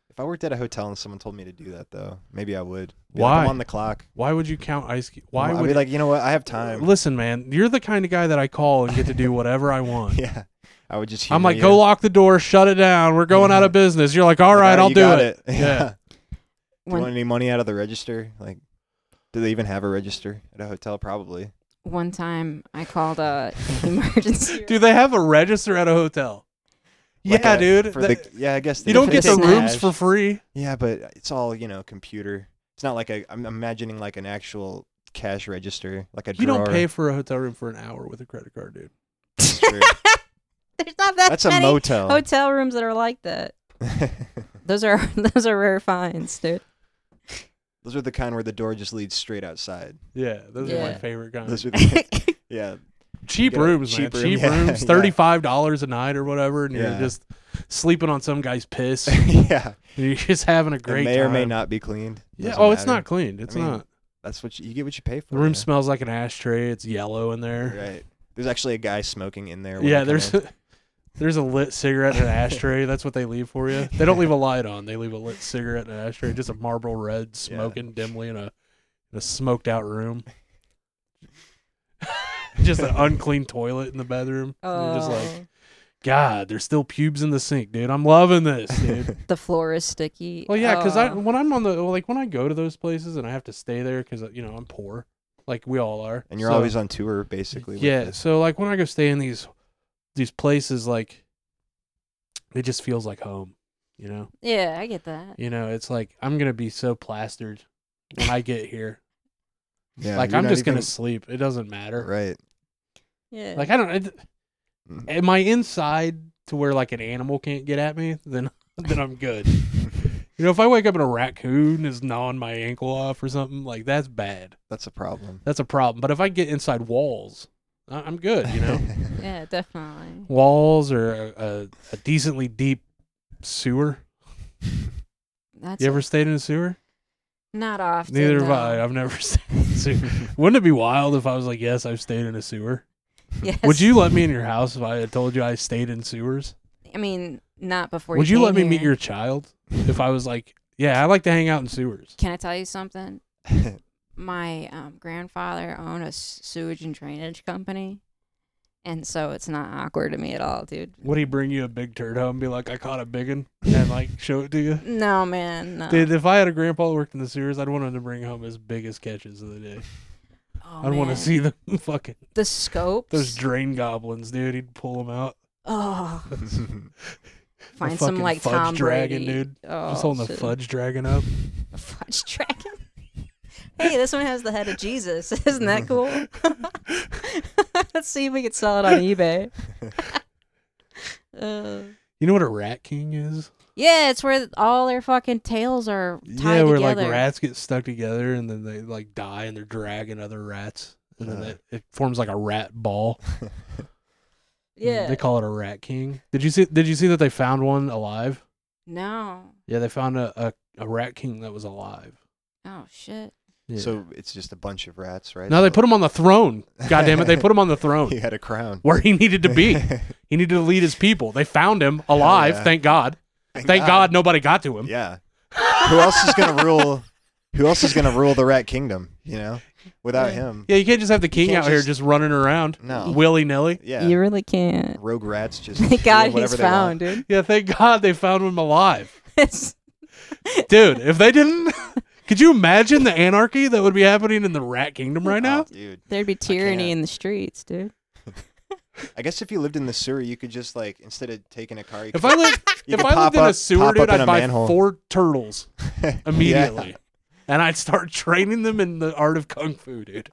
If I worked at a hotel and someone told me to do that though, maybe I would. Be Like,
Why?
I'm on the clock.
Why would you count ice? Cu- why
I'd
would
be like, you know what? I have time.
Listen, man, you're the kind of guy that I call and get to do whatever I want.
Yeah. I would just.
I'm
humor
like,
you.
go lock the door, shut it down. We're going out of business. You're like, all right, I'll do it. Yeah.
Do you want
One
any money out of the register? Like, do they even have a register at a hotel? Probably.
one time I called a emergency.
Do they have a register at a hotel?
Like
yeah,
a-
dude.
for
That-
the- yeah, I guess they
you don't
they
get the
take
rooms
cash.
for free.
Yeah, but it's all you know, computer. It's not like a. I'm imagining like an actual cash register, like a.
You don't
drawer.
pay for a hotel room for an hour with a credit card, dude.
true.
There's not that
That's a
many
motel.
hotel rooms that are like that. Those are those are rare finds, dude.
Those are the kind where the door just leads straight outside.
Yeah, those are my
Yeah.
favorite kinds.
Those are the, yeah,
cheap
you get a
rooms,
cheap room.
man. Cheap
Yeah,
rooms,
yeah.
thirty-five dollars a night or whatever, and you're
Yeah.
just sleeping on some guy's piss.
yeah.
you're just having a
It
great.
may or may
time.
not be cleaned.
Yeah.
Doesn't
Oh, it's
matter.
not cleaned. It's
mean,
not.
That's what you, you get. What you pay for.
The room
yeah.
smells like an ashtray. It's yellow in there.
Right. There's actually a guy smoking in there. when you
Yeah,
come
there's
in.
there's a lit cigarette and an ashtray. That's what they leave for you. They don't leave a light on. They leave a lit cigarette and an ashtray, just a Marlboro Red smoking dimly in a in a smoked out room. just an unclean toilet in the bedroom. And you're just like,
Oh,
God, there's still pubes in the sink, dude. I'm loving this, dude.
the floor is sticky.
well, yeah, because I
Oh.
when I'm on the like when I go to those places and I have to stay there because you know I'm poor, like we all are.
and you're
so-
always on tour basically. with
yeah
this.
so like when i go stay in these these places like it just feels like home you know
yeah, I get that.
you know it's like i'm gonna be so plastered when i get here
Yeah,
like
you're
i'm
not
just gonna
even-
sleep it doesn't matter
right.
Yeah,
like i don't it,
Mm.
am i inside to where like an animal can't get at me then then i'm good You know, if I wake up and a raccoon is gnawing my ankle off or something, like that's bad.
That's a problem.
That's a problem. But if I get inside walls, I- I'm good. You know,
Yeah, definitely.
walls or a, a, a decently deep sewer.
That's
You ever stayed in a sewer?
not often.
Neither have
though.
I. I've never stayed in a sewer. Wouldn't it be wild if I was like, yes, I've stayed in a sewer?
Yes.
Would you let me in your house if I had told you I stayed in sewers?
I mean, not before.
Would you let me
came
meet
here.
your child if I was like, yeah, I like to hang out in sewers?
Can I tell you something? My um, grandfather owned a s- sewage and drainage company, and so it's not awkward to me at all, dude.
Would he bring you a big turd home and be like, I caught a big one and like show it to you?
No, man. No.
Dude, if I had a grandpa that worked in the sewers, I'd want him to bring home his biggest catches of the day.
Oh,
I'd want
man.
to see them fucking
the scopes.
those drain goblins, dude. He'd pull them out,
oh, find some
fucking
like
fudge
Tom
dragon,
Brady.
dude.
Oh,
just holding the
shit.
fudge dragon up.
A fudge dragon. hey, this one has the head of Jesus. Isn't that cool? Let's see if we could sell it on eBay. Uh,
You know what a rat king is?
yeah, it's where all their fucking tails are tied
yeah, where
together.
like rats get stuck together and then they like die and they're dragging other rats. And then
Uh-huh.
Uh.
it, it forms like a rat ball.
Yeah.
They call it a rat king. Did you see did you see that they found one alive?
no.
Yeah, they found a, a, a rat king that was alive.
Oh shit.
Yeah.
So it's just a bunch of rats, right?
now they put him on the throne. God damn it, they put him on the
He
throne.
had a crown.
Where he needed to be. He needed to lead his people. They found him alive,
yeah.
thank God. Thank, God. nobody got to him.
Yeah. Who else is gonna rule? Who else is gonna rule the rat kingdom? You know, without
Yeah.
him,
Yeah, you can't just have the king
can't
out here
just-
just running around
no.
willy nilly.
Yeah.
You really can't.
Rogue rats just.
Thank
do
God
whatever
he's
they want.
found, dude.
Yeah, thank God they found him alive.
It's-
dude if they didn't could you imagine the anarchy that would be happening in the rat kingdom right now
Oh, dude.
There'd be tyranny
can't.
in the streets, dude.
I guess if you lived in the sewer, you could just like instead of taking a car, you
if
could,
i lived
you
if
could
i
pop
lived in a
up-
sewer
pop
dude
up in
i'd
a
buy
manhole.
four turtles
Yeah.
immediately and i'd start training them in the art of kung fu dude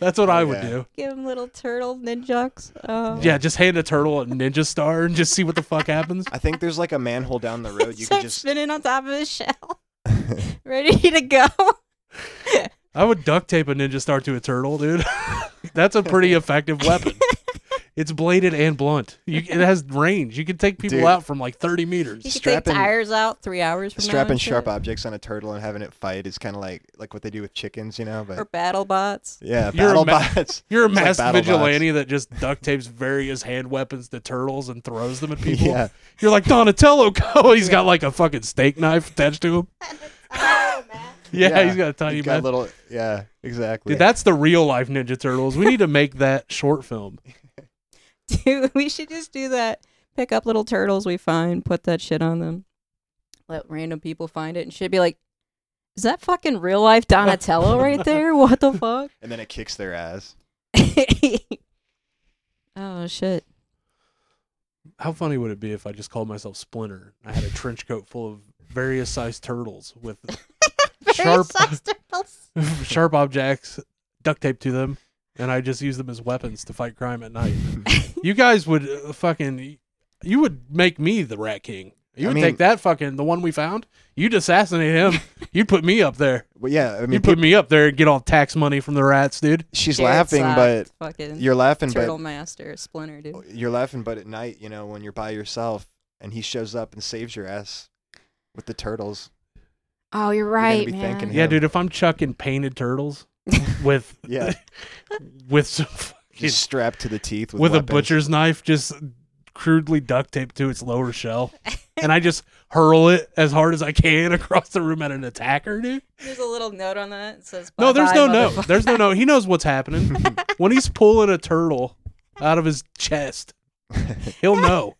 that's what
Oh,
i would
yeah.
do
Give him little turtle ninjuks. Oh.
yeah just hand a turtle a ninja star and just see what the fuck happens
I think there's like a manhole down the road. You
so
could just.
spinning on top of his shell, ready to go.
i would duct tape a ninja star to a turtle dude that's a pretty effective weapon it's bladed and blunt you, it has range you can take people
Dude.
out from like 30 meters
You should take
Strapping-
tires out three hours from now
Strapping
and shit.
sharp objects on a turtle and having it fight is kind of like like what they do with chickens, you know. But
or battle bots.
yeah,
You're
battle
a ma-
bots.
You're a
like
mass
Battle
vigilante that just duct tapes various hand weapons to turtles and throws them at people.
Yeah,
You're like Donatello, go! He's got like a fucking steak knife attached to him.
Oh,
Yeah,
Yeah,
he's got a tiny
You've got
man.
little. Yeah, exactly.
Dude, that's the real life Ninja Turtles. We need to make that short film.
Dude, we should just do that. Pick up little turtles we find, put that shit on them. Let random people find it and should be like, is that fucking real life Donatello right there? What the fuck?
and then it kicks their ass.
oh shit.
How funny would it be if I just called myself Splinter? I had a trench coat full of various sized turtles with Sharp.
Various-sized turtles.
sharp objects, duct tape to them, and I just use them as weapons to fight crime at night. you guys would uh, fucking, you would make me the Rat King. You
I
would
mean-
take that fucking the one we found. You'd assassinate him. You'd put me up there.
Well, yeah, I mean,
You'd put me up there and get all tax money from the rats, dude.
she's
Jared
laughing,
Socked,
but
fucking
you're laughing,
turtle master splinter, dude.
but you're laughing, but at night, you know, when you're by yourself and he shows up and saves your ass with the turtles.
Oh, you're
gonna
right,
be
man.
thanking
Yeah,
him.
dude. If I'm chucking painted turtles with
Yeah,
with some fucking,
just strapped to the teeth with,
with a
weapons.
butcher's knife, just crudely duct taped to its lower shell, and I just hurl it as hard as I can across the room at an attacker, dude.
There's a little note on that. It says,
No, there's no
"Bye-bye,
note.
motherfucker."
There's no note. He knows what's happening. when he's pulling a turtle out of his chest, he'll know.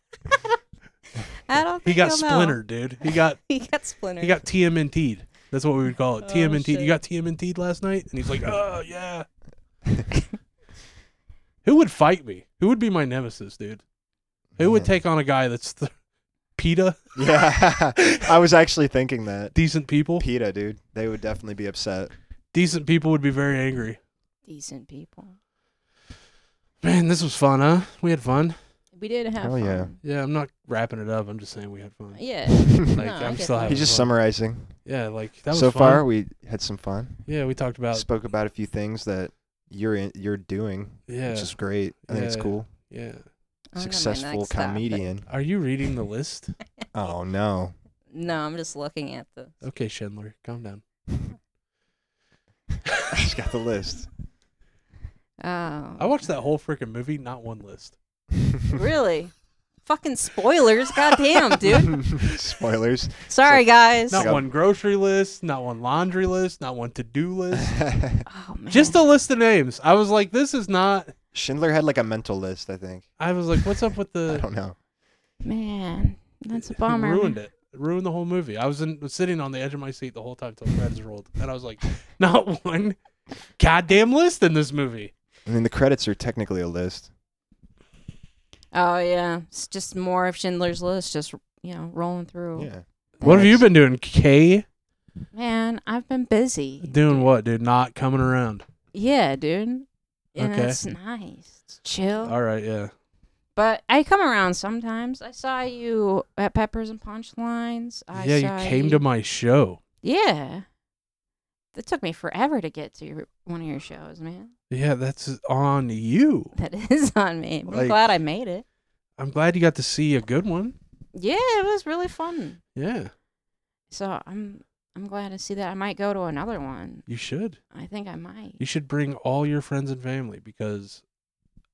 I don't
He
think
got
he'll know.
splintered, dude. He got
He got splintered.
he got TMNT'd. That's what we would call it.
Oh,
TMNT. You
shit.
got TMNT'd last night? And he's like, "Oh, yeah." Who would fight me? Who would be my nemesis, dude? Who would
Man.
take on a guy that's the PETA,
Yeah, I was actually thinking that.
decent people?
PETA, dude, they would definitely be upset.
Decent people would be very angry.
decent people.
Man, this was fun, huh? We had fun.
we did have
Hell yeah.
fun.
Yeah, I'm not wrapping it up. I'm just saying we had fun.
Yeah.
Like
No, I
I'm
get
still
that.
having
He's just
fun.
summarizing.
Yeah, like that was
so
fun.
far, we had some fun.
Yeah, we talked about
Spoke about a few things that you're in, you're doing,
yeah,
which is great. I think it's
Yeah.
cool.
yeah.
On to my
Successful
next topic.
comedian.
Are you reading the list?
Oh no.
No, I'm just looking at the.
Okay, Schindler, calm down.
He's got the list.
Oh.
I watched that whole freaking movie, not one list.
Really? Fucking spoilers, goddamn, dude.
Spoilers.
Sorry, guys.
Not
Got-
one grocery list, not one laundry list, not one to-do list.
Oh man.
just a list of names. I was like, this is not.
Schindler had like a mental list, I think.
I was like, what's up with
I
the?
don't know.
man, that's a
It
bummer.
Ruined it. Ruined the whole movie. I was in, was sitting on the edge of my seat the whole time till credits rolled, and I was like, not one goddamn list in this movie.
I mean, the credits are technically a list.
Oh yeah, it's just more of Schindler's List, just you know, rolling through.
Yeah.
What have you
Thanks.
been doing, K?
Man, I've been busy.
Doing what, dude? Not coming around.
Yeah, dude. And
Okay.
It's nice. It's chill.
All right, yeah.
But I come around sometimes. I saw you at Peppers and Punchlines. I
yeah,
saw
you came to my show.
Yeah. It took me forever to get to your one of your shows, man.
Yeah, that's on you.
That is on me. I'm
Like-
glad I made it.
I'm glad you got to see a good one.
Yeah, it was really fun.
Yeah,
So I'm I'm glad to see that. I might go to another one.
you should.
I think I might.
You should bring all your friends and family because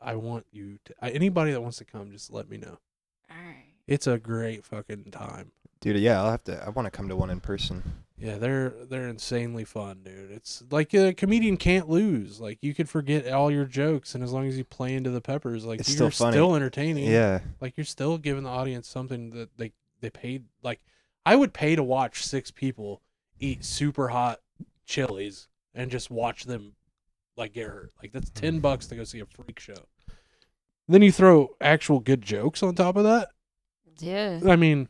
I want you to. I, anybody that wants to come, just let me know.
All right.
It's a great fucking time.
Dude, yeah, I'll have to. I want to come to one in person.
Yeah, they're they're insanely fun, dude. It's like a comedian can't lose. Like you could forget all your jokes, and as long as you play into the peppers, like
It's
you're
still funny.
still entertaining.
Yeah.
like you're still giving the audience something that they they paid. Like I would pay to watch six people eat super hot chilies and just watch them like get hurt. Like that's
Mm.
ten bucks to go see a freak show. Then you throw actual good jokes on top of that.
Yeah.
I mean,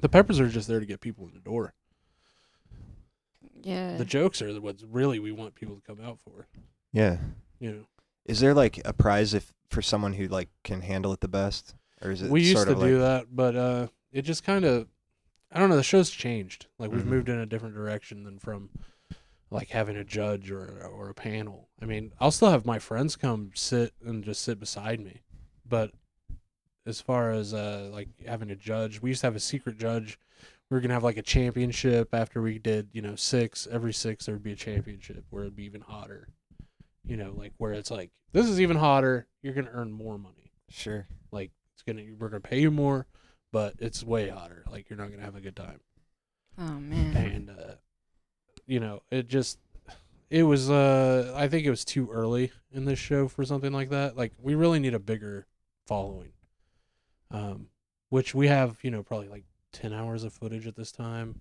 the peppers are just there to get people in the door.
Yeah. Eh.
the jokes are what really we want people to come out for.
Yeah.
You know,
Is there like a prize if for someone who like can handle it the best, or is it
we used
sort
to
of
do
like
that, but uh, it just kind of, I don't know. The show's changed. Like we've
Mhm.
moved in a different direction than from like having a judge or or a panel. I mean, I'll still have my friends come sit and just sit beside me, but as far as uh, like having a judge, we used to have a secret judge. We were gonna have like a championship after we did, you know, six. Every six there would be a championship where it'd be even hotter. You know, like where it's like this is even hotter. You're gonna earn more money
sure?
like it's gonna we're gonna pay you more but it's way hotter like you're not gonna have a good time
Oh man.
and uh you know it just it was uh i think it was too early in this show for something like that like we really need a bigger following um which we have you know probably like 10 hours of footage at this time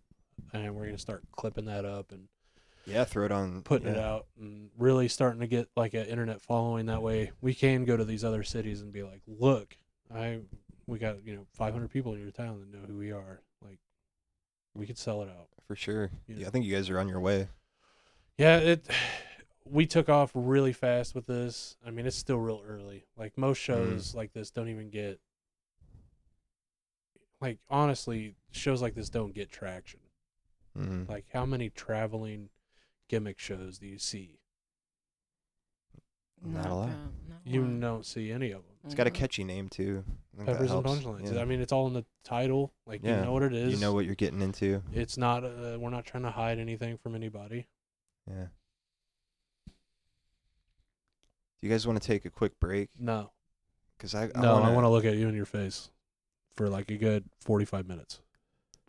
and we're gonna start clipping that up and
Yeah, throw it on.
putting
yeah.
it out and really starting to get like an internet following that way we can go to these other cities and be like look i we got you know 500 people in your town that know who we are like we could sell it out
for sure.
Yeah.
Yeah. I think you guys are on your way.
yeah it we took off really fast with this i mean it's still real early like most shows like this don't even get like honestly shows like this don't get traction
Mm.
like how many traveling gimmick shows do you see
Not a lot.
you don't see any of them
Mm.
It's got a catchy name too. I think that
mm-hmm. Peppers and
helps.
punchlines.
Yeah.
I mean, it's all in the title. Like
Yeah.
you know what it is.
you know what you're getting into.
It's not. Uh, we're not trying to hide anything from anybody.
Yeah. Do you guys want to take a quick break?
No,
Because I,
no.
I
I want
want
to look at you in your face for like a good forty-five minutes.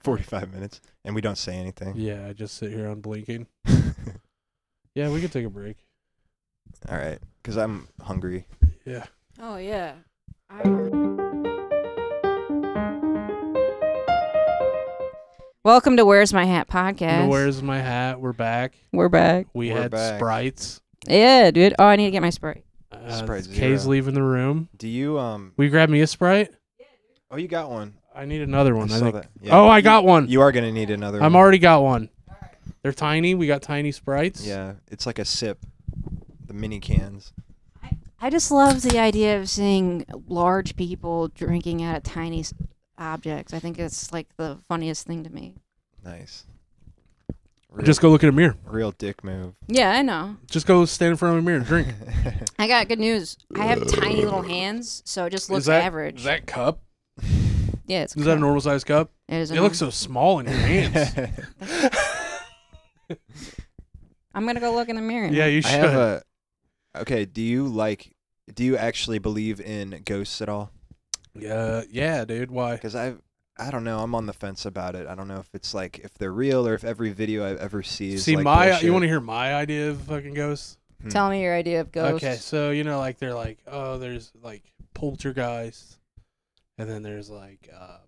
45 minutes, and we don't say anything.
Yeah, I just sit here unblinking. Yeah, we could take a break.
All right, because I'm hungry.
Yeah.
Oh yeah. Welcome to Where's My Hat podcast.
Where's my hat? We're back.
We're back.
We
We're
had
back.
sprites.
Yeah, dude. Oh, I need to get my sprite.
Uh,
Sprite
Kay's
Zero.
leaving the room.
Do you um?
We grab me a sprite.
Oh, you got one.
I need another
I
one.
saw
I, think.
that. Yeah.
Oh, I got one.
You are gonna need another.
I'm
one.
already got one. They're tiny. We got tiny sprites.
Yeah, it's like a sip. The mini cans.
I just love the idea of seeing large people drinking out of tiny s- objects. I think it's like the funniest thing to me.
Nice. Real,
Just go look in a mirror.
real dick move.
Yeah, I know.
Just go stand in front of a mirror and drink.
I got good news. I have tiny little hands, so it just looks
is that
average.
Is that cup?
yeah, it's
Is that a
cool.
normal size cup?
It, is a
It looks
norm-
so small in your hands.
I'm gonna go look in the mirror.
yeah, you
I
should.
have a. Okay, do you like? Do you actually believe in ghosts at all?
yeah, yeah, dude. Why?
Because I, I don't know. I'm on the fence about it. I don't know if it's like if they're real or if every video I've ever see is
See
like
my
bullshit.
you want to hear my idea of fucking ghosts?
Tell me your idea of ghosts.
Okay, so you know, like they're like, oh, there's like poltergeist, and then there's like, uh,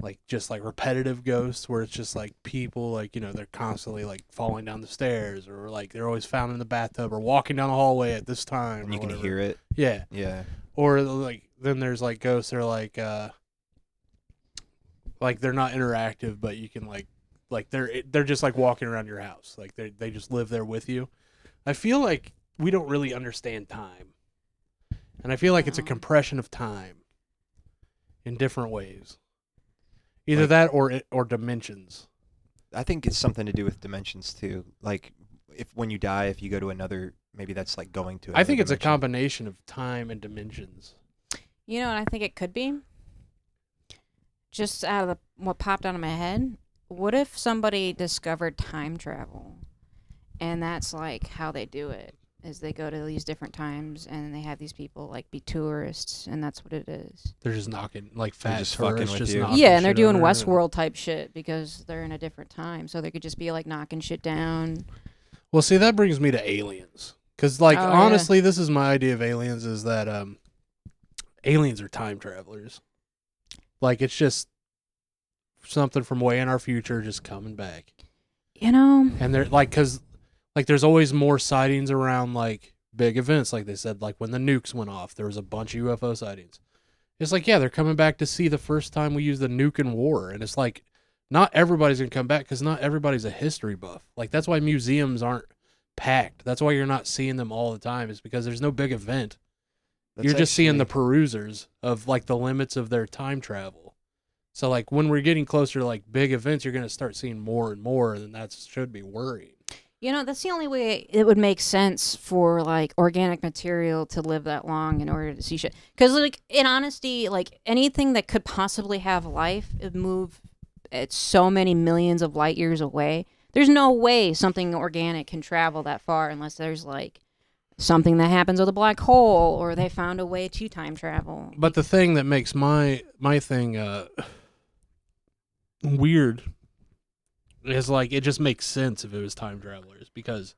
like just like repetitive ghosts where it's just like people, like you know, they're constantly like falling down the stairs or like they're always found in the bathtub or walking down the hallway at this time.
And you
or
can
whatever.
hear it.
Yeah,
Yeah.
or like then there's like ghosts that are like, uh, like they're not interactive, but you can like, like they're they're just like walking around your house, like they they just live there with you. I feel like we don't really understand time. And I feel like it's a
No.
compression of time in different ways. Either
Like-
that or it, or dimensions.
I think it's something to do with dimensions too. Like if when you die, if you go to another, maybe that's like going to.
I think
another
it's a
dimension.
combination of time and dimensions.
You know what I think it could be? Just out of the, what popped out of my head. What if somebody discovered time travel? And that's like how they do it is they go to these different times and they have these people like be tourists and that's what it is.
They're just knocking like
They're
fat
just fucking
tourists
with
just
you.
knocking
yeah, and they're
shit
doing
over and-
Westworld type shit because they're in a different time. So they could just be like knocking shit down.
Well, see, that brings me to aliens, because like
Oh, yeah.
honestly, this is my idea of aliens: is that um, aliens are time travelers. Like it's just something from way in our future just coming back,
You know?
and they're like, because like there's always more sightings around like big events, like they said, like when the nukes went off, there was a bunch of UFO sightings. It's like yeah, they're coming back to see the first time we used the nuke in war, and it's like not everybody's gonna come back because not everybody's a history buff. Like that's why museums aren't packed. That's why you're not seeing them all the time. Is because there's no big event.
That's
you're just seeing the
actually-
perusers of like the limits of their time travel. So like when we're getting closer to like big events, you're gonna start seeing more and more, and that should be worrying.
You know, that's the only way it would make sense for like organic material to live that long in order to see shit. Because, like, in honesty, like anything that could possibly have life it move at so many millions of light years away. There's no way something organic can travel that far unless there's like something that happens with a black hole or they found a way to time travel.
But the thing that makes my my thing uh weird is like it just makes sense if it was time travelers because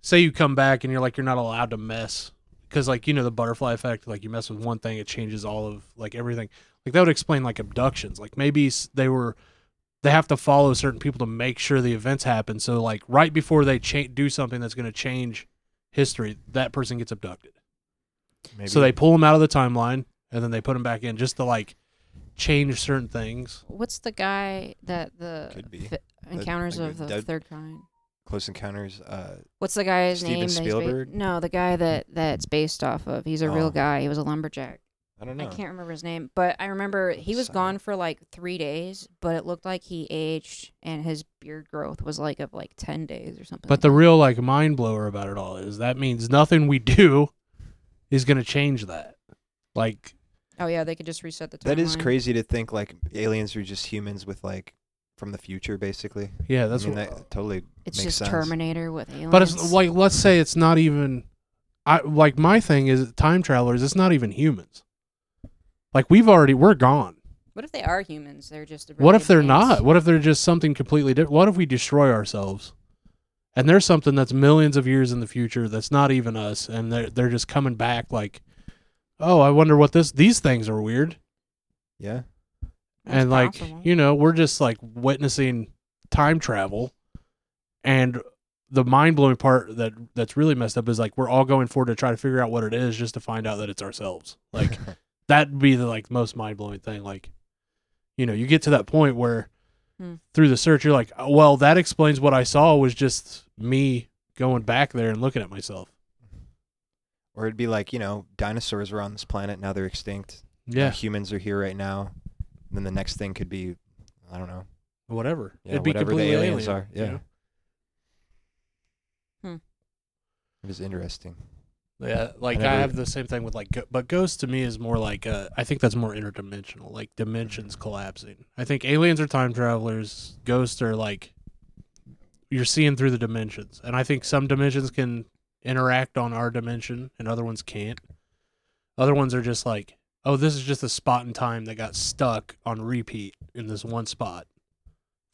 say you come back and you're like you're not allowed to mess because like you know the butterfly effect like you mess with one thing it changes all of like everything like that would explain like abductions like maybe s- they were they have to follow certain people to make sure the events happen so like right before they cha- do something that's going to change history that person gets abducted
maybe-
so they pull him out of the timeline and then they put him back in just to like change certain things.
What's the guy that the
Could be.
fi- encounters
like
of
the
the
dead-
third kind?
Close Encounters. Uh,
What's the guy's
Steven
name? that he's ba-
Spielberg?
no, the guy that that's based off of. He's a
Oh.
real guy. He was a lumberjack.
I don't know.
I can't remember his name, but I remember he was
Son of-
gone for like three days, but it looked like he aged and his beard growth was like of like ten days or something.
But the real like mind blower about it all is that means nothing we do is going to change that. Like
oh yeah, they could just reset the timeline.
That is crazy to think like aliens are just humans with like from the future, basically.
yeah, that's
I mean,
what,
that totally.
It's
Makes
just
sense.
Terminator with aliens.
But it's like let's say it's not even I like my thing is time travelers, it's not even humans. Like we've already we're gone.
what if they are humans? They're just.
What if they're not? What if they're just something completely different? What if we destroy ourselves? And there's something that's millions of years in the future that's not even us, and they're they're just coming back like, oh, I wonder what this these things are weird,
Yeah.
and like you know we're just like witnessing time travel, and the mind blowing part that that's really messed up is like we're all going forward to try to figure out what it is just to find out that it's ourselves, like that'd be the like most mind blowing thing. Like, you know, you get to that point where
Hmm.
through the search, you're like, oh, well, that explains what I saw was just me going back there and looking at myself.
Or it'd be like, you know, dinosaurs were on this planet, now they're extinct. Now
Yeah.
Humans are here right now. And then the next thing could be, I don't know.
Whatever.
Yeah,
It'd be
whatever the
completely
aliens
alien,
are,
you
yeah.
know?
It was interesting.
Yeah, like I,
never-
have the same thing with like, go- but Ghost to me is more like uh, I think that's more interdimensional, like dimensions collapsing. I think aliens are time travelers. Ghosts are like you're seeing through the dimensions, and I think some dimensions can interact on our dimension, and other ones can't. Other ones are just like, oh, this is just a spot in time that got stuck on repeat in this one spot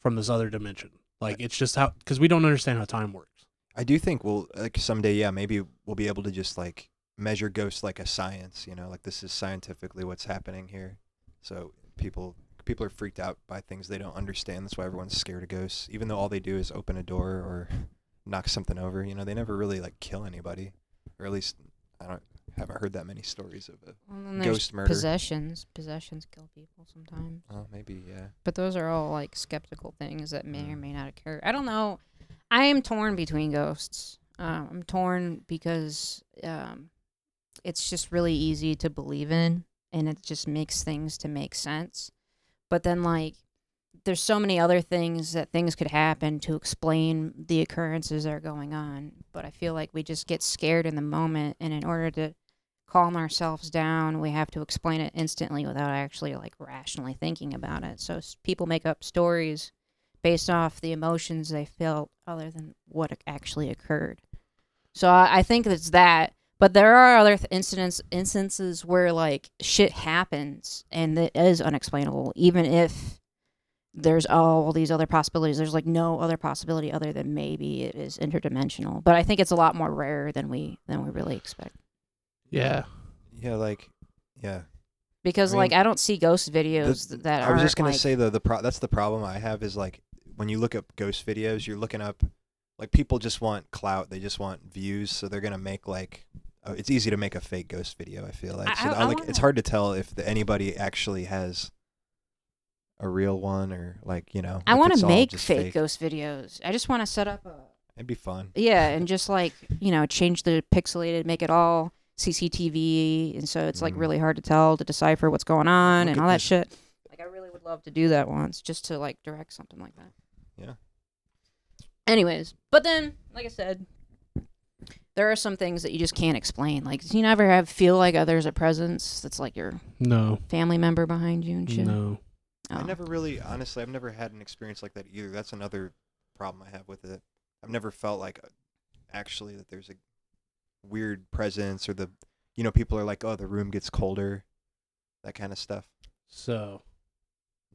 from this other dimension. Like it's just how because we don't understand how time works.
I do think we'll, like, someday, yeah, maybe we'll be able to just, like, measure ghosts like a science, you know, like this is scientifically what's happening here. So people. People are freaked out by things they don't understand. That's why everyone's scared of ghosts, even though all they do is open a door or knock something over. You know, they never really like kill anybody, or at least I don't haven't heard that many stories of it.
Well, then there's
Ghost murder.
possessions. Possessions kill people sometimes.
Oh, maybe yeah.
But those are all like skeptical things that may or may not occur. I don't know. I am torn between ghosts. Um, I'm torn because um, it's just really easy to believe in and it just makes things to make sense. But then, like, there's so many other things that things could happen to explain the occurrences that are going on. But I feel like we just get scared in the moment. And in order to calm ourselves down. We have to explain it instantly without actually like rationally thinking about it. So s- people make up stories based off the emotions they felt other than what ac- actually occurred. So I, I think it's that. But there are other th- incidents instances where like shit happens and it is unexplainable, even if there's all these other possibilities. There's like no other possibility other than maybe it is interdimensional. But I think it's a lot more rare than we than we really expect.
Yeah,
Yeah, like yeah.
because
I mean,
like I don't see ghost videos th- that
I
are.
was just gonna
like,
say though the pro- that's the problem I have is like when you look up ghost videos, you're looking up like people just want clout, they just want views, so they're gonna make like oh, it's easy to make a fake ghost video. I feel like
I-
so I,
I- I
like
wanna-
it's hard to tell if the, anybody actually has a real one or like you know.
I
want to
make fake, ghost videos. I just want to set up a
It'd be fun.
yeah, and just like you know, change the pixelated, make it all CCTV, and so it's like
Mhm.
really hard to tell to decipher what's going on
Look
and
at
all that
this-
shit. Like I really would love to do that once, just to like direct something like that.
Yeah.
Anyways, but then, like I said, there are some things that you just can't explain. Like, do you never have feel like others a presence that's like your
no,
family member behind you and shit?
no.
I
Oh.
never really, honestly, I've never had an experience like that either. That's another problem I have with it. I've never felt like uh, actually that there's a weird presence or the, you know, people are like, oh, the room gets colder, that kind of stuff.
So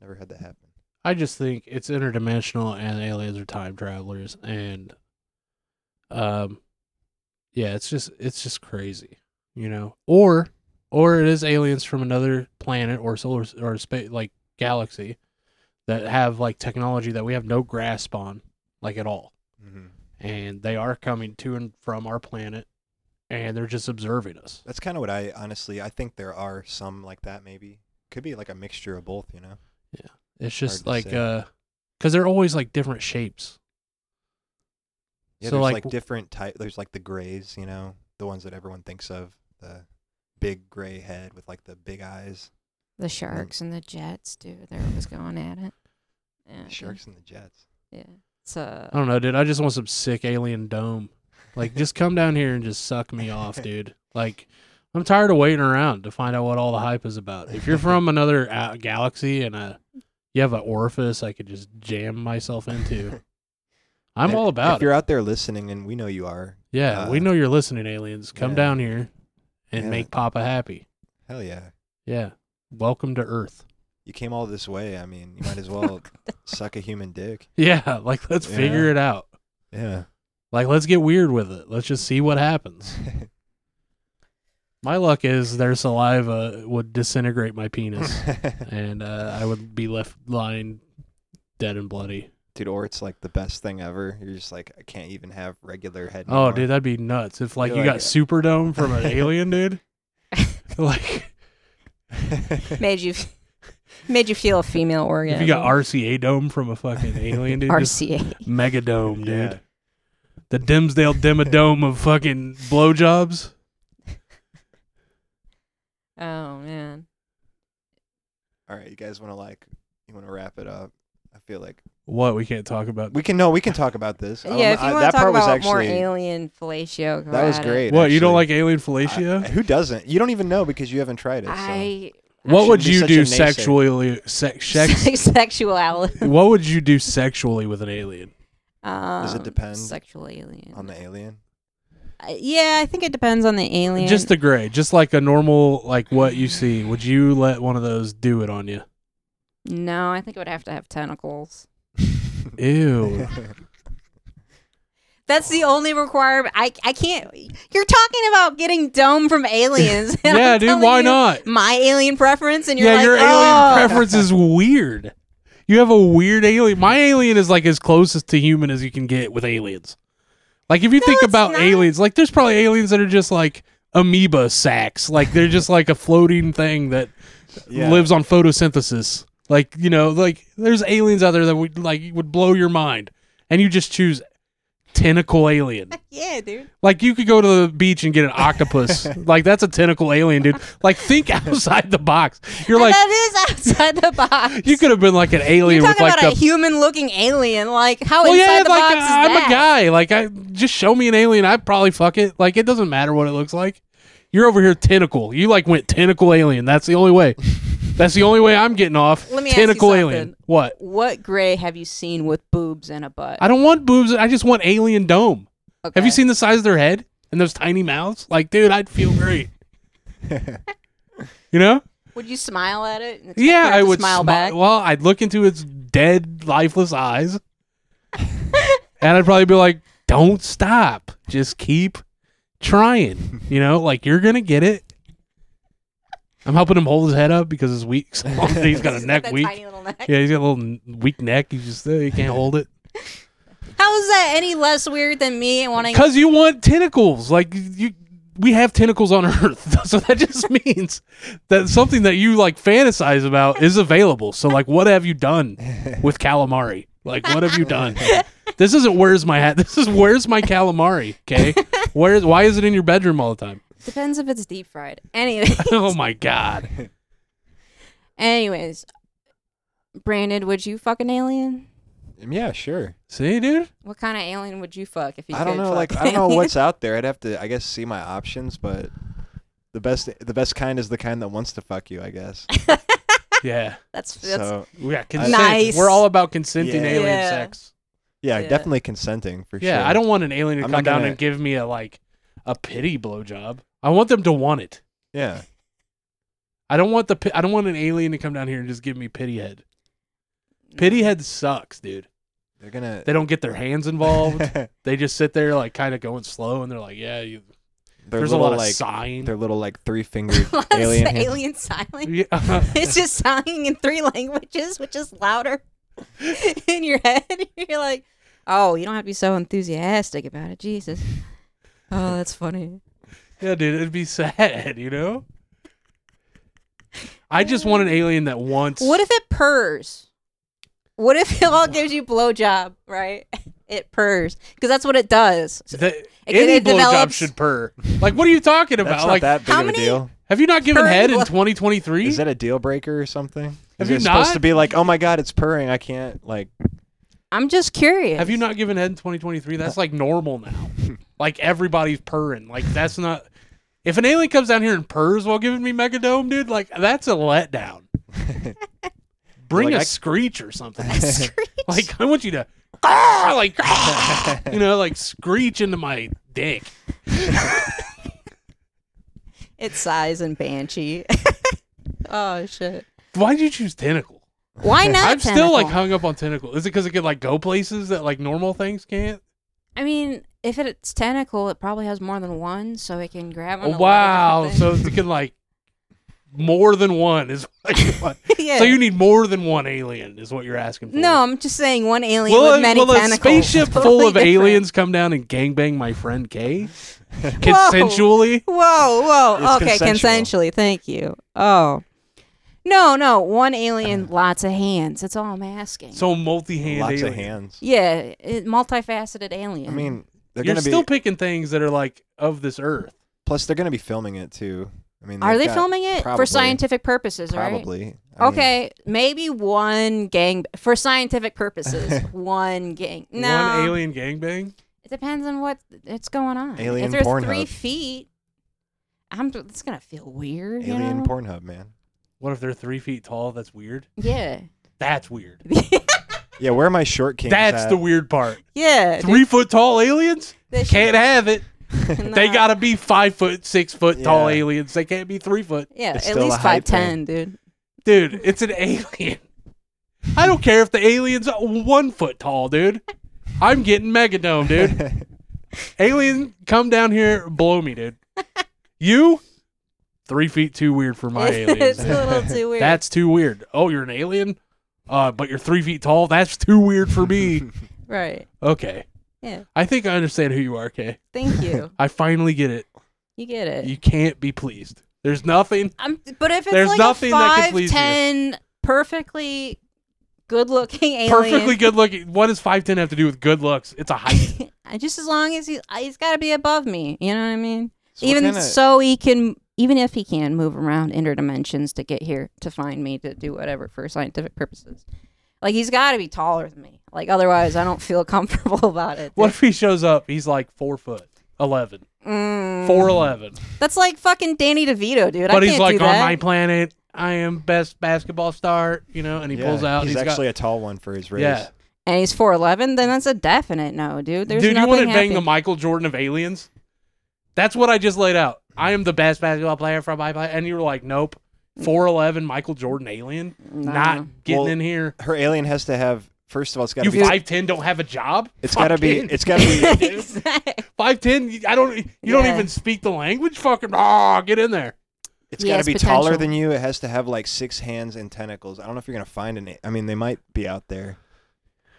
Never had that happen.
I just think it's interdimensional and aliens are time travelers and um yeah, it's just it's just crazy, you know. Or or it is aliens from another planet or solar s- or space like galaxy that have like technology that we have no grasp on like at all.
Mm-hmm.
And they are coming to and from our planet and they're just observing us.
That's kind of what I honestly, I think there are some like that maybe. Could be like a mixture of both, you know?
It's just
to
like
say.
uh cuz they're always like different shapes.
Yeah,
So,
there's
like,
like,
w-
different type. There's like the grays, you know, the ones that everyone thinks of, the big gray head with like the big eyes,
The sharks and the jets, dude. They're always going at it. Yeah,
Mm-hmm.
dude.
sharks and the jets.
Yeah. It's uh,
I don't know, dude. I just want some sick alien dome. Like, just come down here and just suck me off, dude. Like, I'm tired of waiting around to find out what all the hype is about. If you're from another uh, galaxy and uh you have an orifice I could just jam myself into, I'm
And
all
If
about it.
you're out there listening, and we know you are,
Yeah,
uh,
we know you're listening, aliens. Come
yeah.
down here and
Yeah.
make Papa happy.
hell yeah,
Yeah. Welcome to Earth.
you came all this way. I mean, you might as well suck a human dick.
Yeah, like let's
Yeah.
figure it out.
Yeah.
Like let's get weird with it. Let's just see what happens. My luck is their saliva would disintegrate my penis, and uh, I would be left lying dead and bloody.
dude, or it's like the best thing ever. You're just like, I can't even have regular head.
Oh,
anymore.
dude, that'd be nuts. If like
You're
you got
like-
Superdome from an alien, dude. like
made you f- made you feel a female orgasm.
if you got RCA Dome from a fucking alien, dude. just
RCA.
Megadome, dude.
Yeah.
The Dimsdale Demodome of fucking blowjobs.
Oh man.
All right, you guys want to like, you want to wrap it up? I feel like
What we can't talk about?
we can. No, we can talk about this. I don't
yeah,
know-
if you
I-
want
um, uh, that
to talk
part was
about
actually
more alien fellatio, go
that was
at it.
great.
What you don't
actually.
like alien
I-
fellatio?
who doesn't? You don't even know because you haven't tried it. So.
I
what would
shouldn't be
you
such a
do
naysayer.
sexually? Sex, sex,
sexuality.
what would you do sexually with an alien?
Um,
it depend
Sexual alien.
on the alien.
Uh, yeah, I think it depends on the alien.
Just the gray, just like a normal, like what you see. Would you let one of those do it on you?
no, I think it would have to have tentacles.
Ew.
That's the only requirement. I I can't. You're talking about getting dome from aliens. and
yeah,
I'm
dude.
telling
Why
you
not?
My alien preference, and you're
Yeah,
like,
your
"Oh."
alien preference is weird. You have a weird alien. My alien is like as closest to human as you can get with aliens. Like if you
No,
think
it's
about
not.
aliens, like there's probably aliens that are just like amoeba sacks. Like they're just like a floating thing that
Yeah.
lives on photosynthesis. Like you know, like there's aliens out there that would like would blow your mind, and you just choose tentacle alien.
Yeah, dude.
Like you could go to the beach and get an octopus. like that's a tentacle alien, dude. Like think outside the box. You're like
that is outside the box.
you could have been like an
You're
alien with
talking
like
about a
the.
human-looking alien. Like how
Well,
inside
yeah,
the
like
box is
I, I'm
that?
a guy. Like I just show me an alien, I probably fuck it. Like it doesn't matter what it looks like. You're over here tentacle. You like went tentacle alien. That's the only way. That's the only way I'm getting off.
Let me ask you
tentacle
something.
alien. What?
What gray have you seen with boobs and a butt?
I don't want boobs. I just want alien dome. Have
Okay.
you seen the size of their head and those tiny mouths? Like, dude, I'd feel great. you know?
Would you smile at it? and expect
Yeah,
her
I
to
would
smile
smi-
back.
Well, I'd look into its dead, lifeless eyes, and I'd probably be like, "Don't stop. Just keep trying. You know, like you're gonna get it." I'm helping him hold his head up because his weak. So he's got a
She's
neck
that
weak.
tiny little neck.
Yeah, he's got a little n- weak neck. He just uh, he can't hold it.
How is that any less weird than me wanting?
Because you want tentacles. Like you, we have tentacles on Earth, so that just means that something that you like fantasize about is available. So, like, what have you done with calamari? Like, what have you done? This isn't where's my hat. This is where's my calamari. Okay, where is why is it in your bedroom all the time?
Depends if it's deep fried. Anyway,
Oh my god.
anyways, Brandon, would you fuck an alien?
Um, yeah, sure.
See, dude.
What kind of alien would you fuck if you?
I don't
could
know.
fuck
Like
an
I don't know
alien?
what's out there. I'd have to, I guess, see my options. But the best, the best kind is the kind that wants to fuck you. I guess.
Yeah,
That's that's
so
we got consent.
Nice.
We're all about consenting
Yeah.
alien
Yeah.
sex.
yeah,
Yeah.
definitely consenting for sure.
Yeah, I don't want an alien to
I'm
come
not
down
gonna-
and give me a like a pity blowjob. I want them to want it.
Yeah.
I don't want the pi- I don't want an alien to come down here and just give me pity head. Pity head sucks, dude.
They're gonna.
They don't get their hands involved.
they're
they just sit there like kind of going slow, and they're like, "Yeah, you, there's
little,
a lot of
like
sighing."
they're little like three fingered alien.
alien,
hands.
alien silent.
Yeah.
It's just sounding in three languages, which is louder in your head. You're like, oh, you don't have to be so enthusiastic about it. Jesus. Oh, that's funny.
yeah, dude, it'd be sad, you know. I just want an alien that wants.
Mm. What if it purrs? What if it all gives you blowjob, right? It purrs because that's what it does. So-
that
it
any blowjob
develops-
should purr? Like, what are you talking
That's
about?
not
Like,
that big of
how
a
many-
deal.
have you not given
Purring
head in
blow-
2023?
Is that a deal breaker or something?
Have
Is
you
it supposed to
not?
be like, oh my god, it's purring. I can't like.
I'm just curious.
Have you not given head in 2023? That's like normal now. like everybody's purring. Like that's not. If an alien comes down here and purrs while giving me Megadome, dude, like that's a letdown. Bring
Like,
a
I-
screech or something.
Screech.
like I want you to, "Grr," like "Grr," you know, like screech into my dick.
It sighs and banshee. oh shit!
Why did you choose tentacle?
Why not?
I'm still like
tentacle?
hung up on tentacle. Is it because it could like go places that like normal things can't?
I mean, if it- it's tentacle, it probably has more than one, so it can grab. On
Oh, wow! So it can like more than one is what you want.
yeah.
So you need more than one alien, is what you're asking for.
No, I'm just saying one alien
Will,
with
a-
many
will a
tentacles.
spaceship
Totally
full of
different.
aliens come down and gangbang my friend Kay consensually?
Whoa, whoa.
It's
okay,
consensual.
consensually. Thank you. Oh. No, no. One alien, lots of hands. That's all I'm asking.
So multi-hand
Lots
alien.
of hands.
yeah, it, multifaceted alien.
I mean, they're
You're
gonna
still
be.
picking things that are like of this earth.
Plus, they're gonna be filming it too. I mean,
Are
they've
they
got-
filming it
probably.
for scientific purposes, right?
Probably. I mean,
okay, maybe one gang for scientific purposes. one gang. No,
One alien gangbang.
it depends on what it's going on.
Alien
if there's
Pornhub.
three feet, I'm. It's gonna feel weird. you
Alien
know?
Pornhub, man.
What if they're three feet tall? That's weird.
Yeah.
That's weird.
Yeah, where are my short kings?
That's
at?
the weird part.
yeah.
Three foot tall aliens
They
can't have it.
should
They
not-
gotta be five foot, six foot tall
Yeah.
aliens. They can't be three foot.
Yeah,
It's
at
still a
least five
height
ten,
thing.
dude.
Dude, it's an alien. I don't care if the alien's one foot tall, dude. I'm getting Megadome, dude. Alien, come down here, blow me, dude. You, three feet too weird for my
it's
aliens.
a little too weird.
That's too weird. Oh, you're an alien? Uh, but you're three feet tall? That's too weird for me.
right.
okay.
Yeah.
I think I understand who you are, Kay.
Thank you.
I finally get it.
You get it.
You can't be pleased. There's nothing.
I'm, but if it's
There's
like
nothing
a
that can
five,
please you.
10, perfectly good-looking alien,
Perfectly good looking. What does 5'10 have to do with good looks? It's a height.
I- just as long as he he's got to be above me, you know what I mean?
So what
even
kinda-
so, he can even if he can move around interdimensions to get here to find me to do whatever for scientific purposes. Like he's got to be taller than me. Like otherwise, I don't feel comfortable about it.
what if he shows up? He's like four foot, 11,
Mm.
4'11.
That's like fucking Danny DeVito, dude. I
But
can't
he's like,
do
on
that.
my planet, I am best basketball star, you know, and he
Yeah,
pulls out.
He's,
and
actually a tall one for his
got,
race.
yeah.
and he's 4'11, then that's a definite no, dude. There's
Dude, you
nothing
want to bang the
happening.
Michael Jordan of aliens? That's what I just laid out. I am the best basketball player from my planet. And you were like, nope. 4'11 Michael Jordan alien?
No.
Not getting
Well,
in here.
Her alien has to have. First of all, it's got
You
to be.
5'10 don't have a job?
It's got to be.
Fucking
It's got to be.
exactly.
5'10? You- I don't. You don't
Yeah.
even speak the language? Fucking, ah, get in there.
It's
He
got to
has
be taller
potential.
than you. It has to have like six hands and tentacles. I don't know if you're gonna find an. I mean, they might be out there.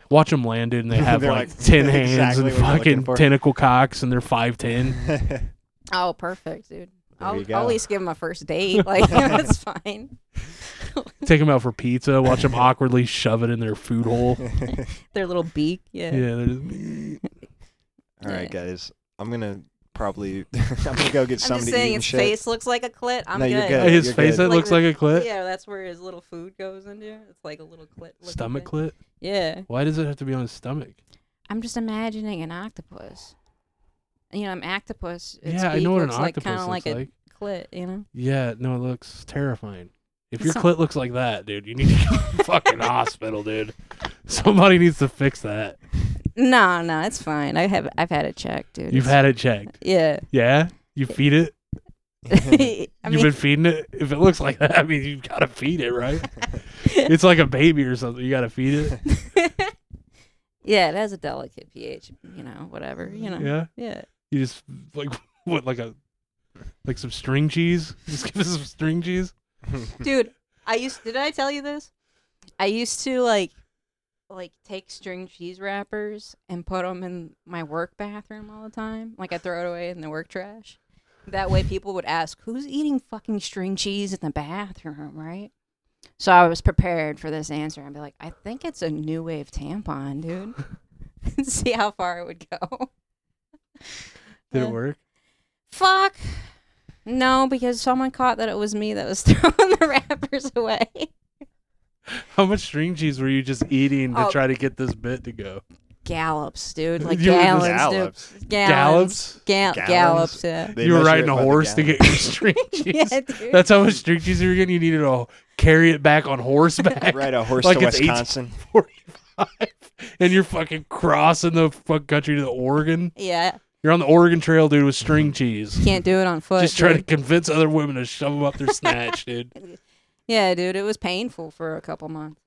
Watch them land, dude, and they have
They're
like,
like,
10 hands
exactly
and
what we're looking
fucking
for.
tentacle cocks, and they're 5'10.
Oh, perfect, dude.
There
I'll,
you go.
I'll at least give him a first date. Like, that's fine.
Take them out for pizza, watch them awkwardly shove it in their food hole.
Their little beak. Yeah.
Yeah, they're just.
All right,
Yeah.
guys. I'm gonna probably. I'm gonna go get
I'm just
somebody to eat
saying
and
his
shit.
face looks like a clit. I'm
No,
good.
you're good.
Oh, His
you're
face,
good.
it
Like
looks like a clit.
Yeah, that's where his little food goes into. It's like a little clit. looking
Stomach
thing.
clit?
Yeah.
Why does it have to be on his stomach?
I'm just imagining an octopus. You know, an octopus. Its
yeah, I
beak
know what an
looks like,
octopus
kinda like
looks like.
a clit, you know?
Yeah, no, it looks terrifying. If your
It's
clit looks like that, dude, you need to go to the fucking hospital, dude. Somebody needs to fix that.
No, no, it's fine. I have I've had it checked, dude.
You've
It's-
had it checked.
Yeah.
Yeah? You feed it?
I
You've been
mean,
feeding it? If it looks like that, I mean, you've got to feed it, right? it's like a baby or something. You got to feed it.
yeah, it has a delicate pH, you know, whatever, you know. Yeah.
Yeah? You just, like, what, like a, like some string cheese? Just give it some string cheese?
Dude, I used did I tell you this? I used to like like take string cheese wrappers and put them in my work bathroom all the time. Like I throw it away in the work trash. That way people would ask, "Who's eating fucking string cheese in the bathroom?" right? So I was prepared for this answer. I'd be like, "I think it's a new wave tampon, dude." See how far it would go.
Did it
Uh,
work?
Fuck. No, because someone caught that it was me that was throwing the wrappers away.
How much string cheese were you just eating to
Oh.
try to get this bit to go?
Gallops, dude. Like
You were just-
gallons,
Gallops.
dude. Gallons. Gal-
Gallons?
gallops, yeah.
They
you were
measure
riding
it
a
by the
horse to
gallon.
get your string cheese.
yeah, dude.
That's how much string cheese you were getting. You needed to carry it back on horseback,
Ride a horse
Like
to
it's eight-
Wisconsin.
and you're fucking crossing the fuck country to Oregon.
yeah.
You're on the Oregon Trail, dude, with string cheese.
Can't do it on Mm. foot.
Just trying to
dude.
convince other women to shove them up their snatch, dude.
Yeah, dude. It was painful for a couple months.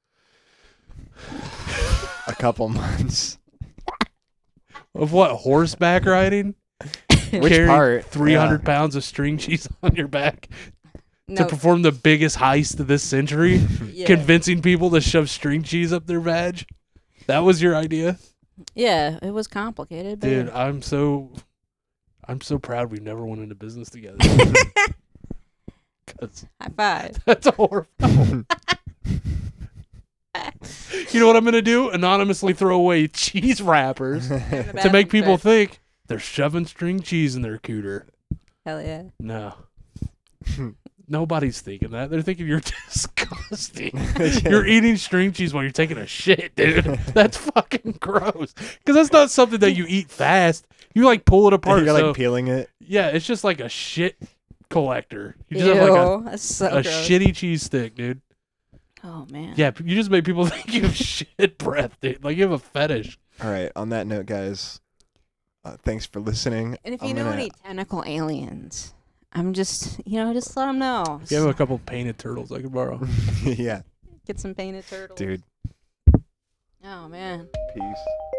a couple months.
Of what horseback riding?
Which
Carry
part? Yeah.
300 pounds of string cheese on your back to
No.
perform the biggest heist of this century,
yeah.
convincing people to shove string cheese up their badge. That was your idea?
yeah, it was complicated, but
Dude, I'm so I'm so proud we never went into business together. 'Cause
high five.
that's horrible. you know what I'm gonna do? Anonymously throw away cheese wrappers
In the
to make
bathroom
people
trash.
think they're shoving string cheese in their cooter.
Hell yeah.
No. Nobody's thinking that. They're thinking you're disgusting.
Yeah.
You're eating string cheese while you're taking a shit, dude. That's fucking gross. Because that's not something that you eat fast. You like pull it apart.
You're like
so-
peeling it.
yeah, it's just like a shit collector. You just
Ew,
have like
that's so
a, a
gross.
shitty cheese stick, dude.
oh man.
Yeah, you just make people think you have shit breath, dude. Like you have a fetish.
All right. On that note, guys, uh, thanks for listening.
And if
I'm
you know
gonna-
any tentacle aliens, I'm just you know just let them know.
If you have a couple painted turtles I could borrow.
yeah,
Get some painted turtles.
dude.
Oh man.
Peace.